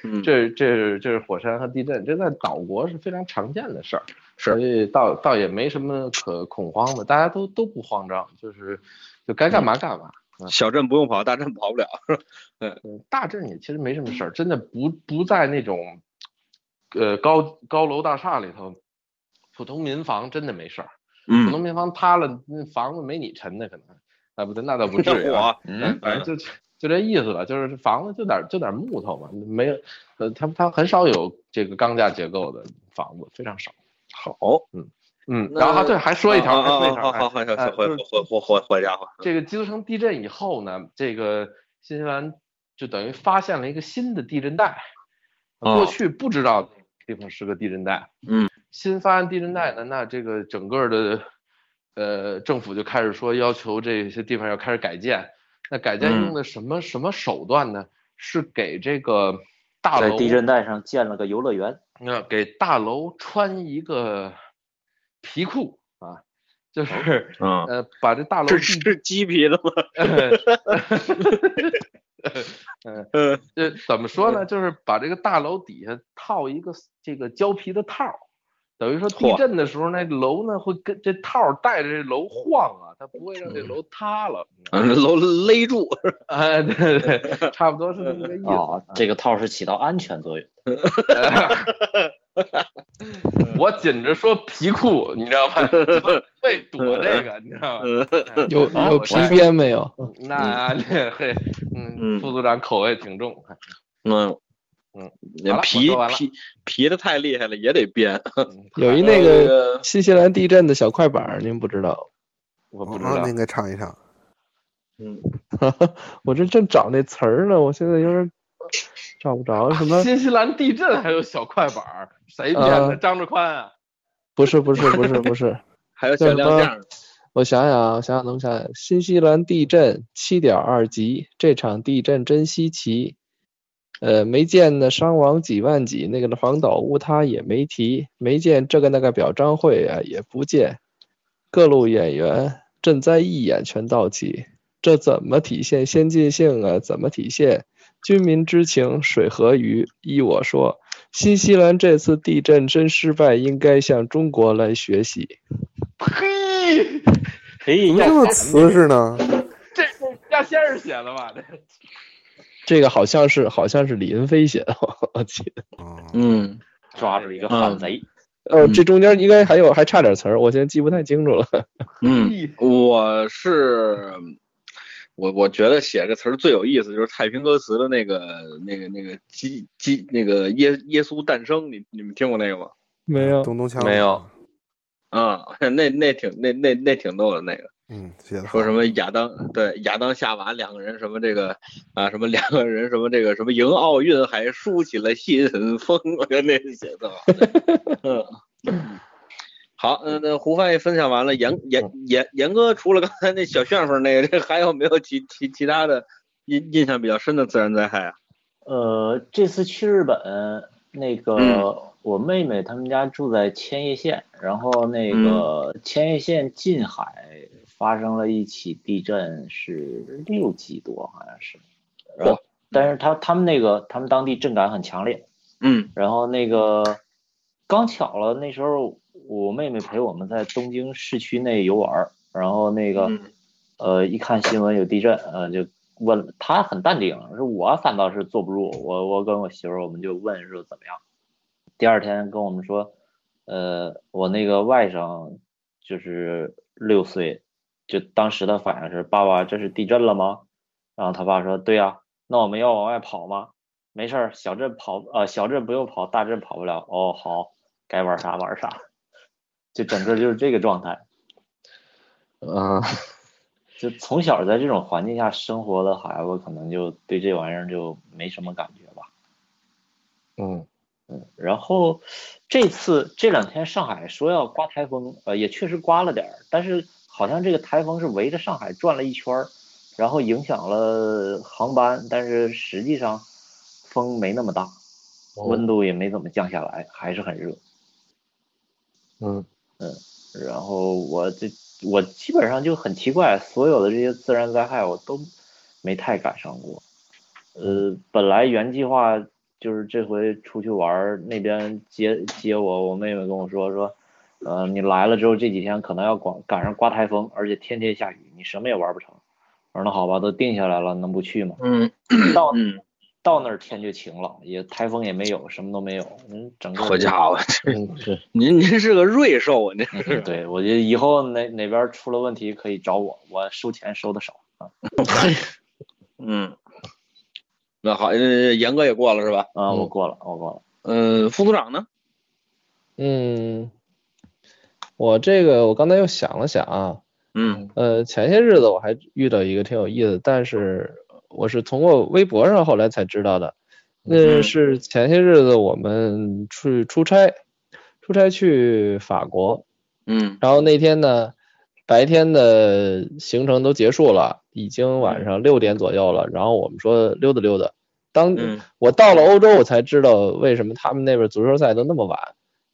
Speaker 1: 嗯，
Speaker 2: 这这这是火山和地震，这在岛国是非常常见的事儿，
Speaker 1: 是
Speaker 2: 所以倒倒也没什么可恐慌的，大家都都不慌张，就是就该干嘛干嘛。
Speaker 1: 小镇不用跑，大镇跑不了，
Speaker 2: 嗯大镇也其实没什么事儿，真的不不在那种，呃高高楼大厦里头，普通民房真的没事儿，普通
Speaker 1: 嗯，
Speaker 2: 民房塌了，那房子没你沉的可能，啊不对，那倒不至于、啊，
Speaker 1: 火，
Speaker 6: 嗯，
Speaker 2: 反正就就这意思吧，就是房子就点就点木头嘛，没有，呃，它它很少有这个钢架结构的房子，非常少。
Speaker 1: 好，
Speaker 2: 嗯，
Speaker 1: 那
Speaker 2: 然后啊对，还说一条，还说一条，
Speaker 1: 好啊好
Speaker 2: 哎
Speaker 1: 好，回
Speaker 2: 哎
Speaker 1: 回
Speaker 2: 就是
Speaker 1: 回回回回家伙，
Speaker 2: 这个基督城地震以后呢，这个新西兰就等于发现了一个新的地震带，
Speaker 1: 哦
Speaker 2: 过去不知道地方是个地震带，
Speaker 1: 嗯，
Speaker 2: 新发现地震带呢，那这个整个的呃政府就开始说要求这些地方要开始改建，那改建
Speaker 1: 嗯
Speaker 2: 用的什么、什么手段呢？是给这个大
Speaker 6: 在
Speaker 2: 楼
Speaker 6: 地震带上建了个游乐园，
Speaker 2: 那给大楼穿一个皮裤啊，就是、
Speaker 1: 嗯，
Speaker 2: 呃把这大楼
Speaker 1: 这
Speaker 2: 地
Speaker 1: 是鸡皮的吗？
Speaker 2: 嗯，
Speaker 1: 嗯
Speaker 2: 这怎么说呢？就是把这个大楼底下套一个这个胶皮的套儿，等于说地
Speaker 1: 嚯
Speaker 2: 震的时候，那楼呢会跟这套儿带着这楼晃啊，它不会让这楼塌了。
Speaker 1: 嗯，楼勒住，
Speaker 2: 哎，对对对，差不多是这么个意思。
Speaker 6: 哦，这个套是起到安全作用。
Speaker 2: 我紧着说皮裤，你知道吗？为躲这个，你知道吗？
Speaker 1: 嗯
Speaker 2: 哎
Speaker 3: 有
Speaker 2: 啊
Speaker 3: 有
Speaker 2: 我
Speaker 3: 皮
Speaker 2: 现在
Speaker 3: 鞭没有？
Speaker 2: 那这嘿，嗯，
Speaker 1: 嗯
Speaker 2: 副组长口味挺重。哎
Speaker 1: 嗯
Speaker 2: 嗯，好
Speaker 1: 那
Speaker 2: 了
Speaker 1: 皮
Speaker 2: 我说完了
Speaker 1: 皮皮的太厉害了，也得编。
Speaker 3: 有一那个新西兰地震的小快板儿，您不知道？
Speaker 2: 我不知道
Speaker 5: 啊，您给唱一唱。
Speaker 3: 我这正找那词儿呢，我现在有点找不着 什么。
Speaker 2: 新西兰地震还有小快板儿，谁编的？
Speaker 3: 呃
Speaker 2: 张志宽啊？
Speaker 3: 不是不是不是不是，
Speaker 1: 还有小亮相，
Speaker 3: 我想想啊，我想想能想想，新西兰地震七点二级，这场地震真稀奇。呃，没见呢，伤亡几万几，那个黄岛乌塌也没提，没见这个那个表彰会啊，也不见，各路演员赈灾一眼全到齐，这怎么体现先进性啊？怎么体现军民之情？水和鱼，依我说，新西兰这次地震真失败，应该向中国来学习。
Speaker 2: 嘿，
Speaker 6: 嘿
Speaker 5: 怎么这么瓷实呢？
Speaker 2: 这是亚先生写的吧？
Speaker 3: 这个好像是好像是李恩飞写的，我记得。
Speaker 5: 哦，
Speaker 1: 嗯，
Speaker 6: 抓住一个反贼，
Speaker 3: 呃，
Speaker 1: 嗯
Speaker 3: 这中间应该还有还差点词儿，我现在记不太清楚了。
Speaker 1: 嗯，
Speaker 2: 嘿
Speaker 1: 我是我，我觉得写这词儿最有意思，就是太平歌词的那个、那个、那个基基那个耶耶稣诞生，你你们听过那个吗？
Speaker 3: 没有，
Speaker 5: 东东锵
Speaker 2: 没有。
Speaker 1: 啊， 那那挺那那那挺逗的那个，
Speaker 5: 嗯，写的
Speaker 1: 说什么亚当对亚当夏娃两个人什么这个啊什么两个人什么这个什么迎奥运还竖起了信封，我觉得那是写的好的，嗯。好，那那胡翻译分享完了，严严严严哥除了刚才那小旋风那个，这还有没有其其其他的印印象比较深的自然灾害啊？
Speaker 6: 呃，这次去日本，那个、
Speaker 1: 嗯
Speaker 6: 我妹妹他们家住在千叶县，然后那个千叶县近海发生了一起地震，是六级多好像是，然后但是他他们那个他们当地震感很强烈，
Speaker 1: 嗯
Speaker 6: 然后那个刚巧了，那时候我妹妹陪我们在东京市区内游玩儿，然后那个、
Speaker 1: 嗯
Speaker 6: 呃一看新闻有地震，呃就问她很淡定，是我反倒是坐不住，我我跟我媳妇儿我们就问说怎么样，第二天跟我们说，呃我那个外甥就是六岁，就当时的反应是爸爸这是地震了吗？然后他爸说对呀、那我们要往外跑吗？没事儿，小镇跑呃小镇不用跑，大镇跑不了。哦，好，该玩啥玩啥， 就整个就是这个状态。
Speaker 2: 啊，
Speaker 6: 就从小在这种环境下生活的孩子，可能就对这玩意儿就没什么感觉吧。
Speaker 2: 嗯，
Speaker 6: 然后这次这两天上海说要刮台风，呃，也确实刮了点儿，但是好像这个台风是围着上海转了一圈儿，然后影响了航班，但是实际上风没那么大，温度也没怎么降下来，还是很热。
Speaker 2: 嗯，
Speaker 6: 然后我这我基本上就很奇怪，所有的这些自然灾害我都没太赶上过。呃，本来原计划就是这回出去玩儿，那边接接我，我妹妹跟我说说，呃，你来了之后这几天可能要赶赶上刮台风，而且天天下雨，你什么也玩不成。我说那好吧，都定下来了，能不去吗？
Speaker 1: 嗯
Speaker 6: 到
Speaker 1: 嗯，
Speaker 6: 到那儿天就晴了，也台风也没有，什么都没有，嗯，整个
Speaker 1: 好家伙，
Speaker 3: 嗯，是
Speaker 1: 您您是个瑞兽啊，您是
Speaker 6: 嗯对，我觉得以后哪哪边出了问题可以找我，我收钱收的少啊。
Speaker 1: 嗯。那好，呃严哥也过了是吧？
Speaker 6: 啊，我
Speaker 3: 嗯
Speaker 6: 过了，我过了。
Speaker 1: 嗯，副组长呢？
Speaker 3: 嗯，我这个我刚才又想了想啊，
Speaker 1: 嗯
Speaker 3: 呃，前些日子我还遇到一个挺有意思的，但是我是通过微博上后来才知道的。那
Speaker 1: 嗯
Speaker 3: 是前些日子我们去出差，出差去法国，
Speaker 1: 嗯
Speaker 3: 然后那天呢，白天的行程都结束了，已经晚
Speaker 1: 嗯
Speaker 3: 上六点左右了。然后我们说溜达溜达，当
Speaker 1: 嗯
Speaker 3: 我到了欧洲，我才知道为什么他们那边足球赛都那么晚，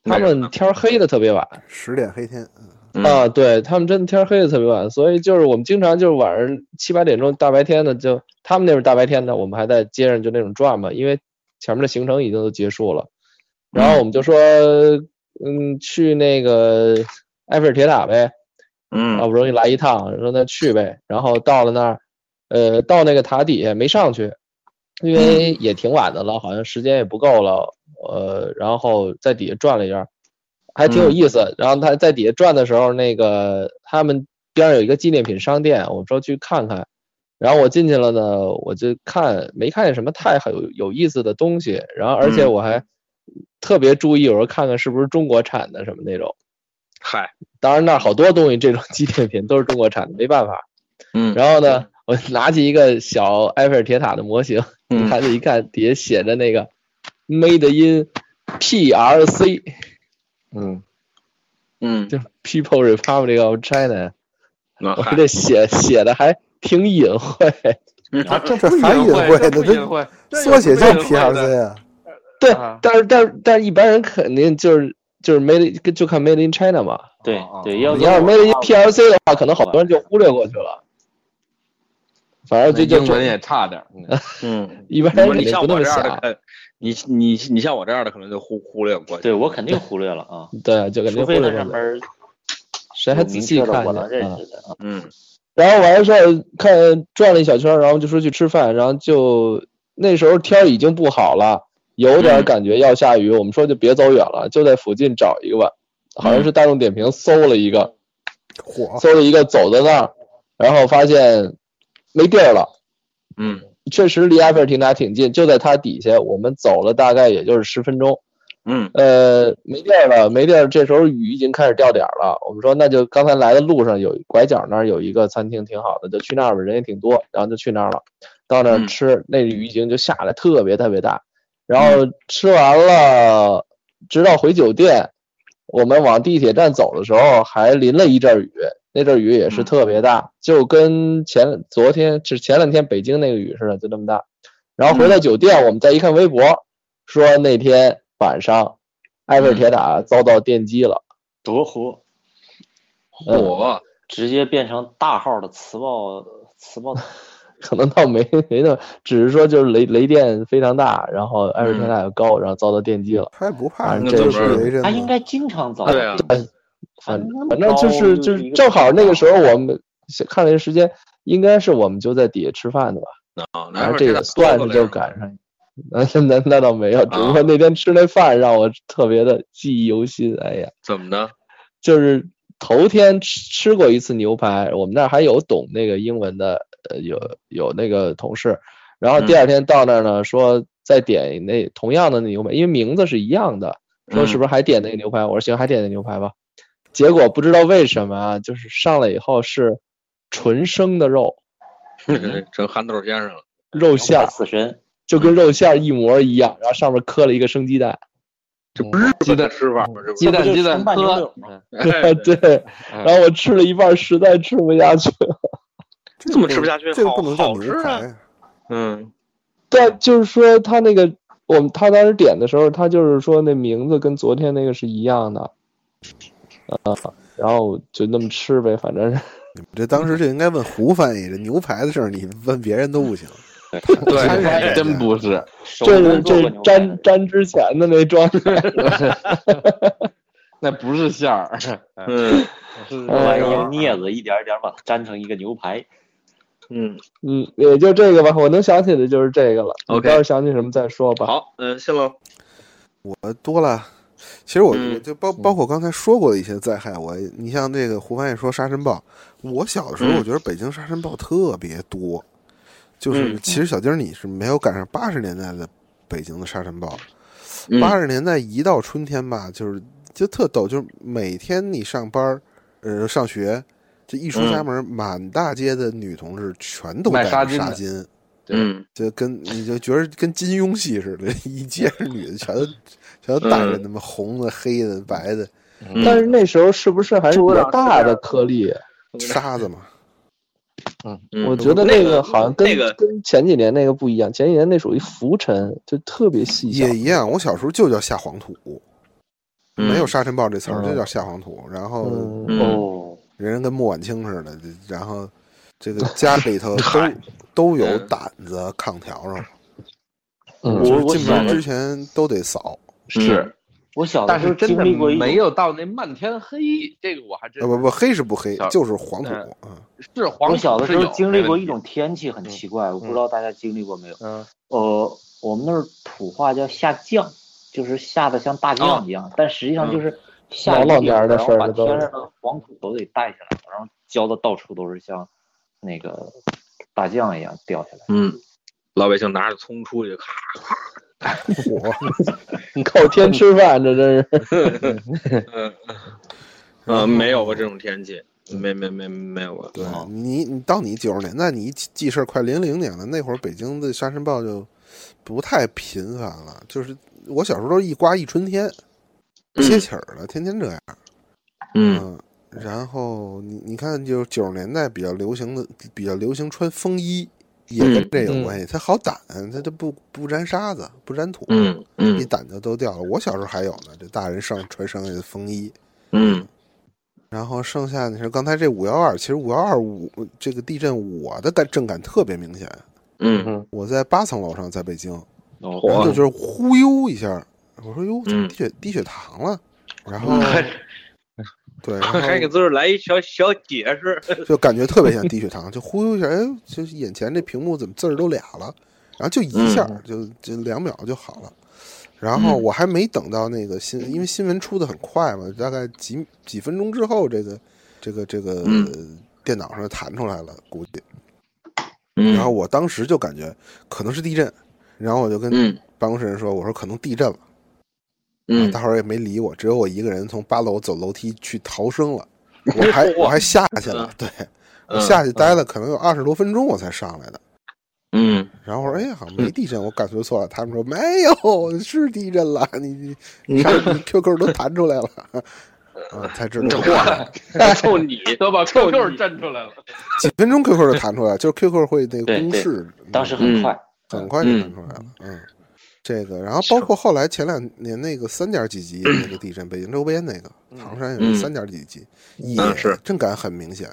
Speaker 3: 他
Speaker 1: 为什么
Speaker 3: 们天儿黑的特别晚。
Speaker 5: 十点黑天，嗯
Speaker 1: 啊嗯
Speaker 3: 啊，对他们真的天儿黑的特别晚，所以就是我们经常就是晚上七八点钟，大白天的就他们那边大白天的，我们还在街上就那种转嘛，因为前面的行程已经都结束了，然后我们就说，嗯，去那个埃菲尔铁塔呗，好
Speaker 1: 嗯
Speaker 3: 不容易来一趟，啊说那去呗，然后到了那儿，呃，到那个塔底下没上去，因为
Speaker 1: 嗯
Speaker 3: 也挺晚的了，好像时间也不够了，呃，然后在底下转了一圈，还挺有
Speaker 1: 嗯
Speaker 3: 意思。然后他在底下转的时候，那个他们边上有一个纪念品商店，我说去看看。然后我进去了呢，我就看没看见什么太有有意思的东西，然后而且
Speaker 1: 嗯
Speaker 3: 我还特别注意，我说看看是不是中国产的什么那种。
Speaker 1: 嗨
Speaker 3: 当然那儿好多东西，这种纪念品都是中国产的，没办法。
Speaker 1: 嗯
Speaker 3: 然后呢，我拿起一个小埃菲尔铁塔的模型，
Speaker 1: 嗯
Speaker 3: 拿起一看，底下写着那个 “Made in PRC”，
Speaker 2: 嗯，
Speaker 1: 嗯，
Speaker 3: 就是 People Republic of China。
Speaker 1: 那
Speaker 3: 我
Speaker 1: 嗨
Speaker 3: 这写写的还挺隐晦，
Speaker 2: 啊，这
Speaker 5: 这
Speaker 2: 不
Speaker 5: 还
Speaker 2: 隐
Speaker 5: 隐
Speaker 2: 这
Speaker 5: 晦呢
Speaker 2: 不
Speaker 5: 这
Speaker 2: 隐晦，这
Speaker 5: 缩写
Speaker 2: 有
Speaker 5: 叫
Speaker 2: 什么隐晦的
Speaker 5: PRC 啊，
Speaker 3: 对
Speaker 2: 啊，
Speaker 3: 但是但是但是一般人肯定就是就是 Made in- 就看 Made in China 嘛。
Speaker 6: 对
Speaker 2: 哦哦
Speaker 6: 对，要
Speaker 3: 你要是
Speaker 6: 跟
Speaker 3: Made in
Speaker 6: 我
Speaker 3: PRC 的话，可能好多人就忽略过去了。反正
Speaker 2: 那
Speaker 3: 就就
Speaker 2: 英文也差点儿。嗯
Speaker 1: 嗯，
Speaker 3: 一般人
Speaker 1: 你
Speaker 3: 肯
Speaker 1: 你
Speaker 3: 定
Speaker 1: 像
Speaker 3: 不那
Speaker 1: 我
Speaker 3: 么
Speaker 1: 这样
Speaker 3: 想。
Speaker 1: 的，可你你你像我这样的可能就忽忽略过去。
Speaker 6: 对我肯定忽略了啊，
Speaker 3: 对，就肯定
Speaker 6: 除
Speaker 3: 会
Speaker 6: 非
Speaker 3: 有
Speaker 6: 它
Speaker 3: 这
Speaker 6: 上
Speaker 3: 种
Speaker 6: 面儿
Speaker 3: 谁还
Speaker 6: 有
Speaker 3: 仔
Speaker 6: 明
Speaker 3: 细
Speaker 6: 确的
Speaker 3: 看
Speaker 6: 我
Speaker 3: 去
Speaker 6: 能认
Speaker 3: 啊？
Speaker 6: 识的啊。
Speaker 1: 嗯
Speaker 3: 然后完了事儿，看转了一小圈儿，然后就说去吃饭，然后就那时候天儿已经不好了，有点
Speaker 1: 嗯
Speaker 3: 感觉要下雨，我们说就别走远了，就在附近找一个吧。好
Speaker 6: 嗯
Speaker 3: 像是大众点评搜了一个，
Speaker 5: 火
Speaker 3: 搜了一个，走到那儿，然后发现没地儿了。
Speaker 1: 嗯
Speaker 3: 确实离埃菲尔铁塔挺近，就在它底下。我们走了大概也就是十分钟，
Speaker 1: 嗯
Speaker 3: 呃，没地儿了，没地儿。这时候雨已经开始掉点儿了。我们说，那就刚才来的路上有拐角那儿有一个餐厅挺好的，就去那儿吧，人也挺多，然后就去那儿了。到那儿
Speaker 1: 嗯
Speaker 3: 吃，那雨已经就下来特别特别大。然后
Speaker 1: 嗯
Speaker 3: 吃完了，直到回酒店，我们往地铁站走的时候还淋了一阵雨，那阵雨也是
Speaker 1: 嗯
Speaker 3: 特别大，就跟前昨天是前两天北京那个雨似的，就那么大。然
Speaker 1: 嗯
Speaker 3: 后回到酒店，我们再一看微博，说那天晚上埃菲尔铁塔遭到电击了。
Speaker 6: 夺湖
Speaker 3: 嗯
Speaker 1: 火
Speaker 6: 直接变成大号的磁暴磁 暴塔，
Speaker 3: 可能倒没没那么，只是说就是雷雷电非常大，然后埃菲尔铁塔又高，然后遭到电击了。
Speaker 5: 他也不怕，
Speaker 3: 啊
Speaker 2: 哎
Speaker 5: 你
Speaker 3: 这
Speaker 5: 就是雷震
Speaker 6: 他应
Speaker 5: 吗？
Speaker 6: 该经常遭到
Speaker 1: 对啊
Speaker 6: 电击，他
Speaker 3: 反
Speaker 6: 那么
Speaker 3: 反正就
Speaker 6: 嗯高
Speaker 3: 是
Speaker 6: 一
Speaker 3: 就是
Speaker 6: 个
Speaker 3: 正好那个时候我们看了一个时间，应该是我们就在底下吃饭的吧，
Speaker 1: 啊，
Speaker 3: 反
Speaker 1: 那
Speaker 3: 正这个算是就赶上。那那那倒没有，只不过那天吃那饭让我特别的记忆犹新。哎呀，
Speaker 1: 怎么的？
Speaker 3: 就是头天吃吃过一次牛排，我们那儿还有懂那个英文的，呃，有有那个同事，然后第
Speaker 1: 嗯
Speaker 3: 二天到那儿呢，说再点那同样的那牛排，因为名字是一样的，说
Speaker 2: 嗯
Speaker 3: 是不是还点那个牛排？我说行，还点那牛排吧。结果不知道为什么啊，就是上来以后是纯生的肉，
Speaker 1: 是成憨豆先生了？
Speaker 3: 肉馅
Speaker 6: 下
Speaker 3: 儿
Speaker 6: 死神，
Speaker 3: 就跟肉馅儿一模一样，然后上面磕了一个生鸡蛋。
Speaker 1: 这不是鸡蛋吃法吗？这不是
Speaker 2: 鸡蛋
Speaker 6: 那不就
Speaker 2: 鸡蛋
Speaker 6: 成半牛
Speaker 2: 喝
Speaker 6: 柳吗，
Speaker 2: 嗯
Speaker 1: 哎
Speaker 3: 对，
Speaker 2: 嗯
Speaker 3: 然后我吃了一半，实在吃不下去了。
Speaker 1: 这怎么吃不下去？
Speaker 5: 这个
Speaker 1: 好
Speaker 5: 不能叫
Speaker 1: 好
Speaker 5: 牛
Speaker 1: 吃啊！
Speaker 5: 排，
Speaker 1: 嗯
Speaker 3: 但就是说他那个我们他当时点的时候，他就是说那名字跟昨天那个是一样的，呃然后就那么吃呗，反正是
Speaker 5: 你们这当时就应该问胡翻译，这牛排的事儿你问别人都不行。
Speaker 2: 对，还真不是，
Speaker 3: 这是这是粘粘之前的那状态，
Speaker 2: 那不是馅儿，
Speaker 1: 嗯
Speaker 2: 是
Speaker 6: 把
Speaker 3: 啊
Speaker 6: 用镊子一点一点把它粘成一个牛排。
Speaker 1: 嗯，
Speaker 3: 嗯，也就这个吧，我能想起的就是这个了。你
Speaker 1: OK
Speaker 3: 要是想起什么再说吧。
Speaker 1: 好，嗯，谢喽。
Speaker 5: 我多了。其实我
Speaker 1: 嗯
Speaker 5: 我就包包括刚才说过的一些灾害，我你像这个胡翻译说沙尘暴，我小的时候
Speaker 1: 嗯
Speaker 5: 我觉得北京沙尘暴特别多，就是
Speaker 1: 嗯
Speaker 5: 其实小丁儿你是没有赶上八十年代的北京的沙尘暴，
Speaker 1: 嗯
Speaker 5: 八十年代一到春天吧，就是就特逗，就是每天你上班儿呃上学，这一出家门，满大街的女同志全都
Speaker 2: 卖
Speaker 5: 带
Speaker 2: 纱
Speaker 5: 着
Speaker 2: 巾
Speaker 5: 纱
Speaker 2: 的
Speaker 5: 巾。
Speaker 1: 嗯，
Speaker 5: 就跟你就觉得跟金庸戏似的，一街是女的，全都全都带着
Speaker 1: 嗯
Speaker 5: 那么红的、黑的、白的
Speaker 1: 嗯
Speaker 3: 但是那时候是不是还是比较大的颗粒？
Speaker 5: 沙子嘛。
Speaker 1: 嗯
Speaker 3: 我觉得
Speaker 1: 那
Speaker 3: 个好像跟、
Speaker 1: 那个
Speaker 3: 跟前几年那个不一样，前几年那属于浮尘，就特别细小
Speaker 5: 也。一样，我小时候就叫下黄土，
Speaker 1: 嗯
Speaker 5: 没有沙尘暴这词儿，
Speaker 3: 嗯
Speaker 5: 就叫下黄土。然后
Speaker 3: 嗯，
Speaker 1: 嗯
Speaker 6: 哦，
Speaker 5: 人人跟莫婉清似的，然后这个家里头都都有
Speaker 1: 嗯
Speaker 5: 掸子、炕条上，
Speaker 3: 嗯
Speaker 5: 就是
Speaker 6: 我我
Speaker 5: 进
Speaker 6: 小
Speaker 5: 门
Speaker 6: 的
Speaker 5: 之前都得扫。
Speaker 2: 是，
Speaker 6: 我小的
Speaker 2: 但
Speaker 6: 时候
Speaker 2: 是真
Speaker 6: 经
Speaker 2: 的
Speaker 6: 历过一种
Speaker 2: 没有到那漫天黑，这个我还真
Speaker 5: 呃，不不，黑是不黑
Speaker 2: 小，
Speaker 5: 就是黄土。
Speaker 2: 嗯
Speaker 5: 嗯，
Speaker 2: 是黄
Speaker 6: 我小的时
Speaker 2: 是
Speaker 6: 候
Speaker 2: 有
Speaker 6: 经历过一
Speaker 2: 没问
Speaker 6: 种天气很奇怪，我不知道大家经历过没有。
Speaker 2: 题，嗯，
Speaker 6: 呃，我们那儿土话叫下降，就是下的像大酱一样，但实际上就是下
Speaker 3: 老老
Speaker 6: 雨点
Speaker 3: 年儿的
Speaker 6: 然
Speaker 3: 事
Speaker 6: 后
Speaker 3: 儿
Speaker 6: 把
Speaker 3: 了都
Speaker 6: 天上的黄土都得带下来，然后浇的到处都是像那个大酱一样掉下来。
Speaker 1: 嗯，老百姓拿着葱出去，咔，
Speaker 3: 你靠天吃饭，这真 是。
Speaker 1: 嗯，啊，没有过这种天气，没没没没有过。
Speaker 5: 对
Speaker 1: 啊
Speaker 5: 你，你到你九十年代，你记记事儿快零零年了，那会儿北京的沙尘暴就不太频繁了。就是我小时候都一刮一春天，
Speaker 1: 嗯
Speaker 5: 歇气儿了，天天这样。
Speaker 1: 嗯
Speaker 5: 嗯，然后你你看，就是九十年代比较流行的，比较流行穿风衣，也
Speaker 1: 嗯
Speaker 5: 跟这有关系。它好掸，它就不不沾沙子，不沾土，
Speaker 1: 嗯
Speaker 5: 一
Speaker 1: 嗯
Speaker 5: 掸就都掉了。我小时候还有呢，这大人上穿上的风衣。
Speaker 1: 嗯
Speaker 5: 然后剩下的是刚才这五幺二，其实五幺二五这个地震，我的感震感特别明显。
Speaker 1: 嗯
Speaker 5: 我在八层楼上，在北京，
Speaker 6: 哦
Speaker 5: 然后
Speaker 1: 哇
Speaker 5: 嗯就就是忽悠一下，我说哟，怎么
Speaker 1: 嗯
Speaker 5: 低血低血糖了？然后 对，然
Speaker 1: 还给
Speaker 5: 后
Speaker 1: 自个儿来一小小解释。
Speaker 5: 就感觉特别像低血糖，就忽悠一下，哎，就是眼前这屏幕怎么字儿都俩了，然后就一下就就两秒就好了。然后我还没等到那个新，因为新闻出的很快嘛，大概几几分钟之后，这个这个这个、
Speaker 1: 嗯
Speaker 5: 电脑上就弹出来了，估计。
Speaker 1: 嗯
Speaker 5: 然后我当时就感觉可能是地震，然后我就跟
Speaker 1: 嗯
Speaker 5: 办公室人说，我说可能地震了，
Speaker 1: 嗯
Speaker 5: 大伙儿也没理我，只有我一个人从八楼走楼梯去逃 生了，我还我还下去了，对我
Speaker 1: 嗯
Speaker 5: 下去待了可能有二十多分钟我才上来的。
Speaker 1: 嗯
Speaker 5: 然后我说：“哎呀，好像 没地震，我感觉错了。”他们说：“没有，是地震了，你
Speaker 1: 嗯
Speaker 5: 你啥你 QQ 都弹出来 了。”啊，才
Speaker 1: 嗯
Speaker 5: 知道
Speaker 1: 嚯，臭你！
Speaker 2: 都把
Speaker 1: 臭
Speaker 2: QQ
Speaker 1: 你
Speaker 2: 震出来了，
Speaker 5: 几分钟 QQ 就弹出来，就是 QQ 会那个
Speaker 6: 对
Speaker 5: 公嗯
Speaker 6: 对
Speaker 5: 示，
Speaker 6: 当时很快，
Speaker 5: 很快就弹出来了。嗯，这个，然后包括后来前两年那个三点几级的那个地震，北京周边那个唐山有
Speaker 1: 嗯
Speaker 5: 一三点几级，
Speaker 1: 啊
Speaker 5: 也
Speaker 1: 是
Speaker 5: 震感很明显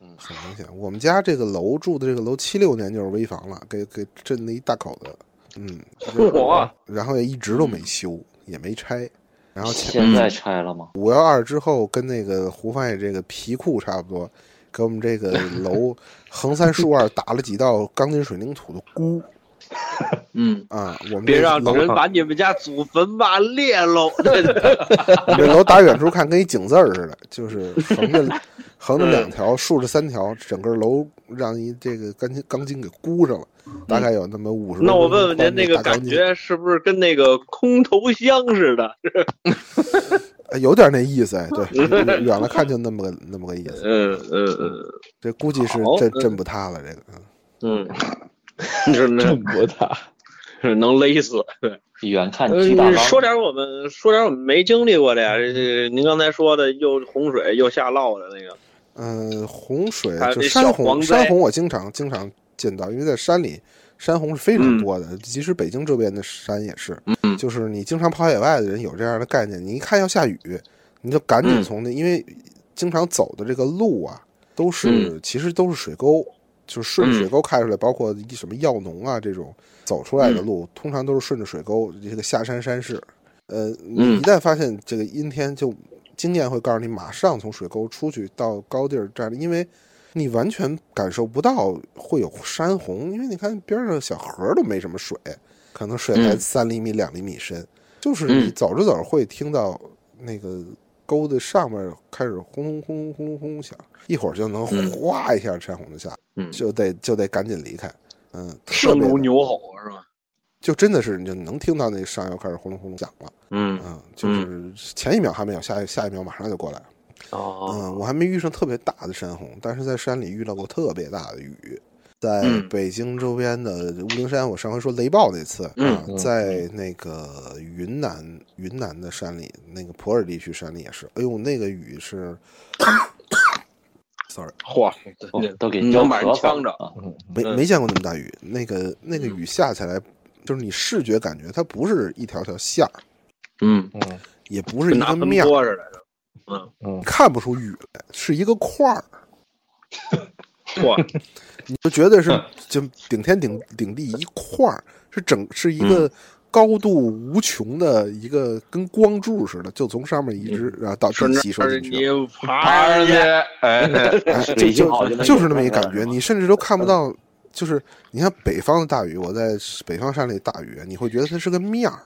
Speaker 2: 嗯，
Speaker 5: 很明显。我们家这个楼住的这个楼，七六年就是危房了，给给震了一大口子。嗯，
Speaker 1: 嚯，
Speaker 5: 然后也一直都没修，也没拆。然后前
Speaker 6: 现在拆了吗？
Speaker 5: 五幺二之后，跟那个胡翻译这个皮裤差不多，给我们这个楼横三竖二打了几道钢筋水泥土的箍
Speaker 1: 嗯，
Speaker 5: 啊！我们
Speaker 1: 别
Speaker 5: 这
Speaker 1: 让
Speaker 5: 楼，
Speaker 1: 人把你们家祖坟挖裂喽！
Speaker 5: 我们这楼打远处看跟一井字儿似的，就是横 着横着两条，竖着三条，整个楼让一这个钢筋钢筋给箍上了，大概有那么五十。
Speaker 1: 那我问问 您，那个感觉是不是跟那个空投箱似的？
Speaker 5: 哎有点那意思哎，对，远远了看就那么个那么个意思，
Speaker 1: 嗯嗯嗯
Speaker 5: 这估计是
Speaker 1: 好
Speaker 5: 震震不塌了这个。嗯
Speaker 1: 嗯，是
Speaker 3: 这
Speaker 1: 能
Speaker 3: 么大，
Speaker 1: 是能勒死。
Speaker 6: 远看
Speaker 1: 呃
Speaker 6: 鸡大，
Speaker 1: 说点我们说点我们没经历过的呀，这这您刚才说的又洪水又下涝的那个，
Speaker 5: 嗯，洪水
Speaker 1: 还有
Speaker 5: 就
Speaker 1: 那
Speaker 5: 山
Speaker 1: 小
Speaker 5: 洪，
Speaker 1: 蝗
Speaker 5: 山
Speaker 1: 灾
Speaker 5: 洪我经常经常见到，因为在山里，山洪是非常多的，即使北京这边的山也是，
Speaker 1: 嗯
Speaker 5: 就是你经常跑野外的人有这样的概念，你一看要下雨，你就赶紧
Speaker 1: 嗯
Speaker 5: 从那，因为经常走的这个路啊，都
Speaker 1: 嗯
Speaker 5: 是、其实都是水沟，就是顺着水沟开出来，包括一什么药农啊这种走出
Speaker 1: 嗯
Speaker 5: 来的路，通常都是顺着水沟这个下山山势。呃，
Speaker 6: 嗯
Speaker 5: 你一旦发现这个阴天，就经验会告诉你，马上从水沟出去到高地儿站着，因为你完全感受不到会有山洪，因为你看边上小河都没什么水，可能水才
Speaker 6: 嗯
Speaker 5: 三厘米、两厘米深，就是你走着走着会听到那个沟的上面开始轰隆轰隆轰隆轰隆响，一会儿就能
Speaker 6: 嗯
Speaker 5: 哗一下山洪就下来，
Speaker 6: 嗯
Speaker 5: 就得就得赶紧离开。嗯，特
Speaker 1: 声
Speaker 5: 别
Speaker 1: 如
Speaker 5: 的
Speaker 1: 牛吼是吧？
Speaker 5: 就真的是你就能听到那上游开始轰隆轰隆响了。
Speaker 1: 嗯
Speaker 5: 嗯，就是前一秒还没有，下一下一秒马上就过来了。
Speaker 1: 哦，
Speaker 5: 嗯，我还没遇上特别大的山洪，但是在山里遇到过特别大的雨。在
Speaker 1: 嗯
Speaker 5: 北京周边的乌灵山，我上回说雷暴那次
Speaker 1: 嗯
Speaker 5: 啊，在那个云南云南的山里，那个普洱地区山里也是，哎呦，那个雨是 ，sorry，
Speaker 1: 嚯，
Speaker 6: 哦
Speaker 1: 这
Speaker 6: 都给
Speaker 1: 你
Speaker 6: 浇
Speaker 1: 能把人
Speaker 6: 咳
Speaker 1: 呛
Speaker 6: 嗽
Speaker 1: 着
Speaker 6: 了，啊
Speaker 5: 没
Speaker 1: 嗯
Speaker 5: 没见过那么大雨，那个那个雨下起来，就是你视觉感觉它不是一条条线儿，
Speaker 1: 嗯，
Speaker 2: 嗯
Speaker 5: 也不是
Speaker 1: 跟
Speaker 5: 一
Speaker 1: 拿
Speaker 5: 个
Speaker 1: 盆
Speaker 5: 面儿，
Speaker 1: 钵似的，嗯，
Speaker 2: 嗯，
Speaker 5: 看不出雨来，是一个块儿，
Speaker 1: 嚯，
Speaker 5: 你就觉得是
Speaker 1: 嗯
Speaker 5: 就顶天顶顶地一块儿，是整是一
Speaker 1: 嗯
Speaker 5: 个高度无穷的一个跟光柱似的，就从上面一直然后到
Speaker 1: 说
Speaker 5: 地吸收
Speaker 1: 那
Speaker 5: 进去
Speaker 1: 你
Speaker 5: 了。
Speaker 1: 爬上去，
Speaker 2: 哎，
Speaker 5: 哎
Speaker 6: 水
Speaker 5: 就
Speaker 6: 性好
Speaker 5: 就
Speaker 6: 能
Speaker 5: 就是
Speaker 6: 有
Speaker 5: 那么一
Speaker 6: 那个
Speaker 5: 感觉，你甚至都看不到。就是你看北方的大雨，我在北方山里大雨，你会觉得它是个面儿，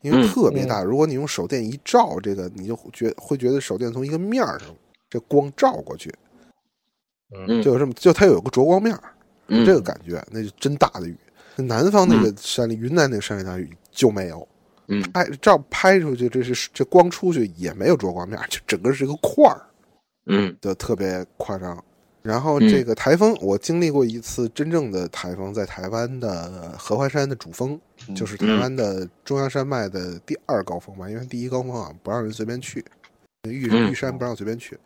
Speaker 5: 因为
Speaker 1: 嗯
Speaker 5: 特别大。如果你用手电一照，这个你就觉会觉得手电从一个面儿上这光照过去，
Speaker 1: 嗯
Speaker 5: 就有这么就它有个着光面儿，有
Speaker 1: 嗯
Speaker 5: 这个感觉，那就真大的雨。南方那个山里，云南那个山里大雨就没有，
Speaker 1: 嗯
Speaker 5: 拍照拍出去，这是这光出去也没有着光面儿，就整个是个块儿，
Speaker 1: 嗯
Speaker 5: 就特别夸张。然后
Speaker 1: 嗯
Speaker 5: 这个台风，我经历过一次真正的台风，在台湾的合欢山的主峰，
Speaker 1: 嗯
Speaker 5: 就是台湾的中央山脉的第二高峰吧，因为第一高峰好像不让人随便去，玉
Speaker 1: 嗯
Speaker 5: 玉山不让随便去，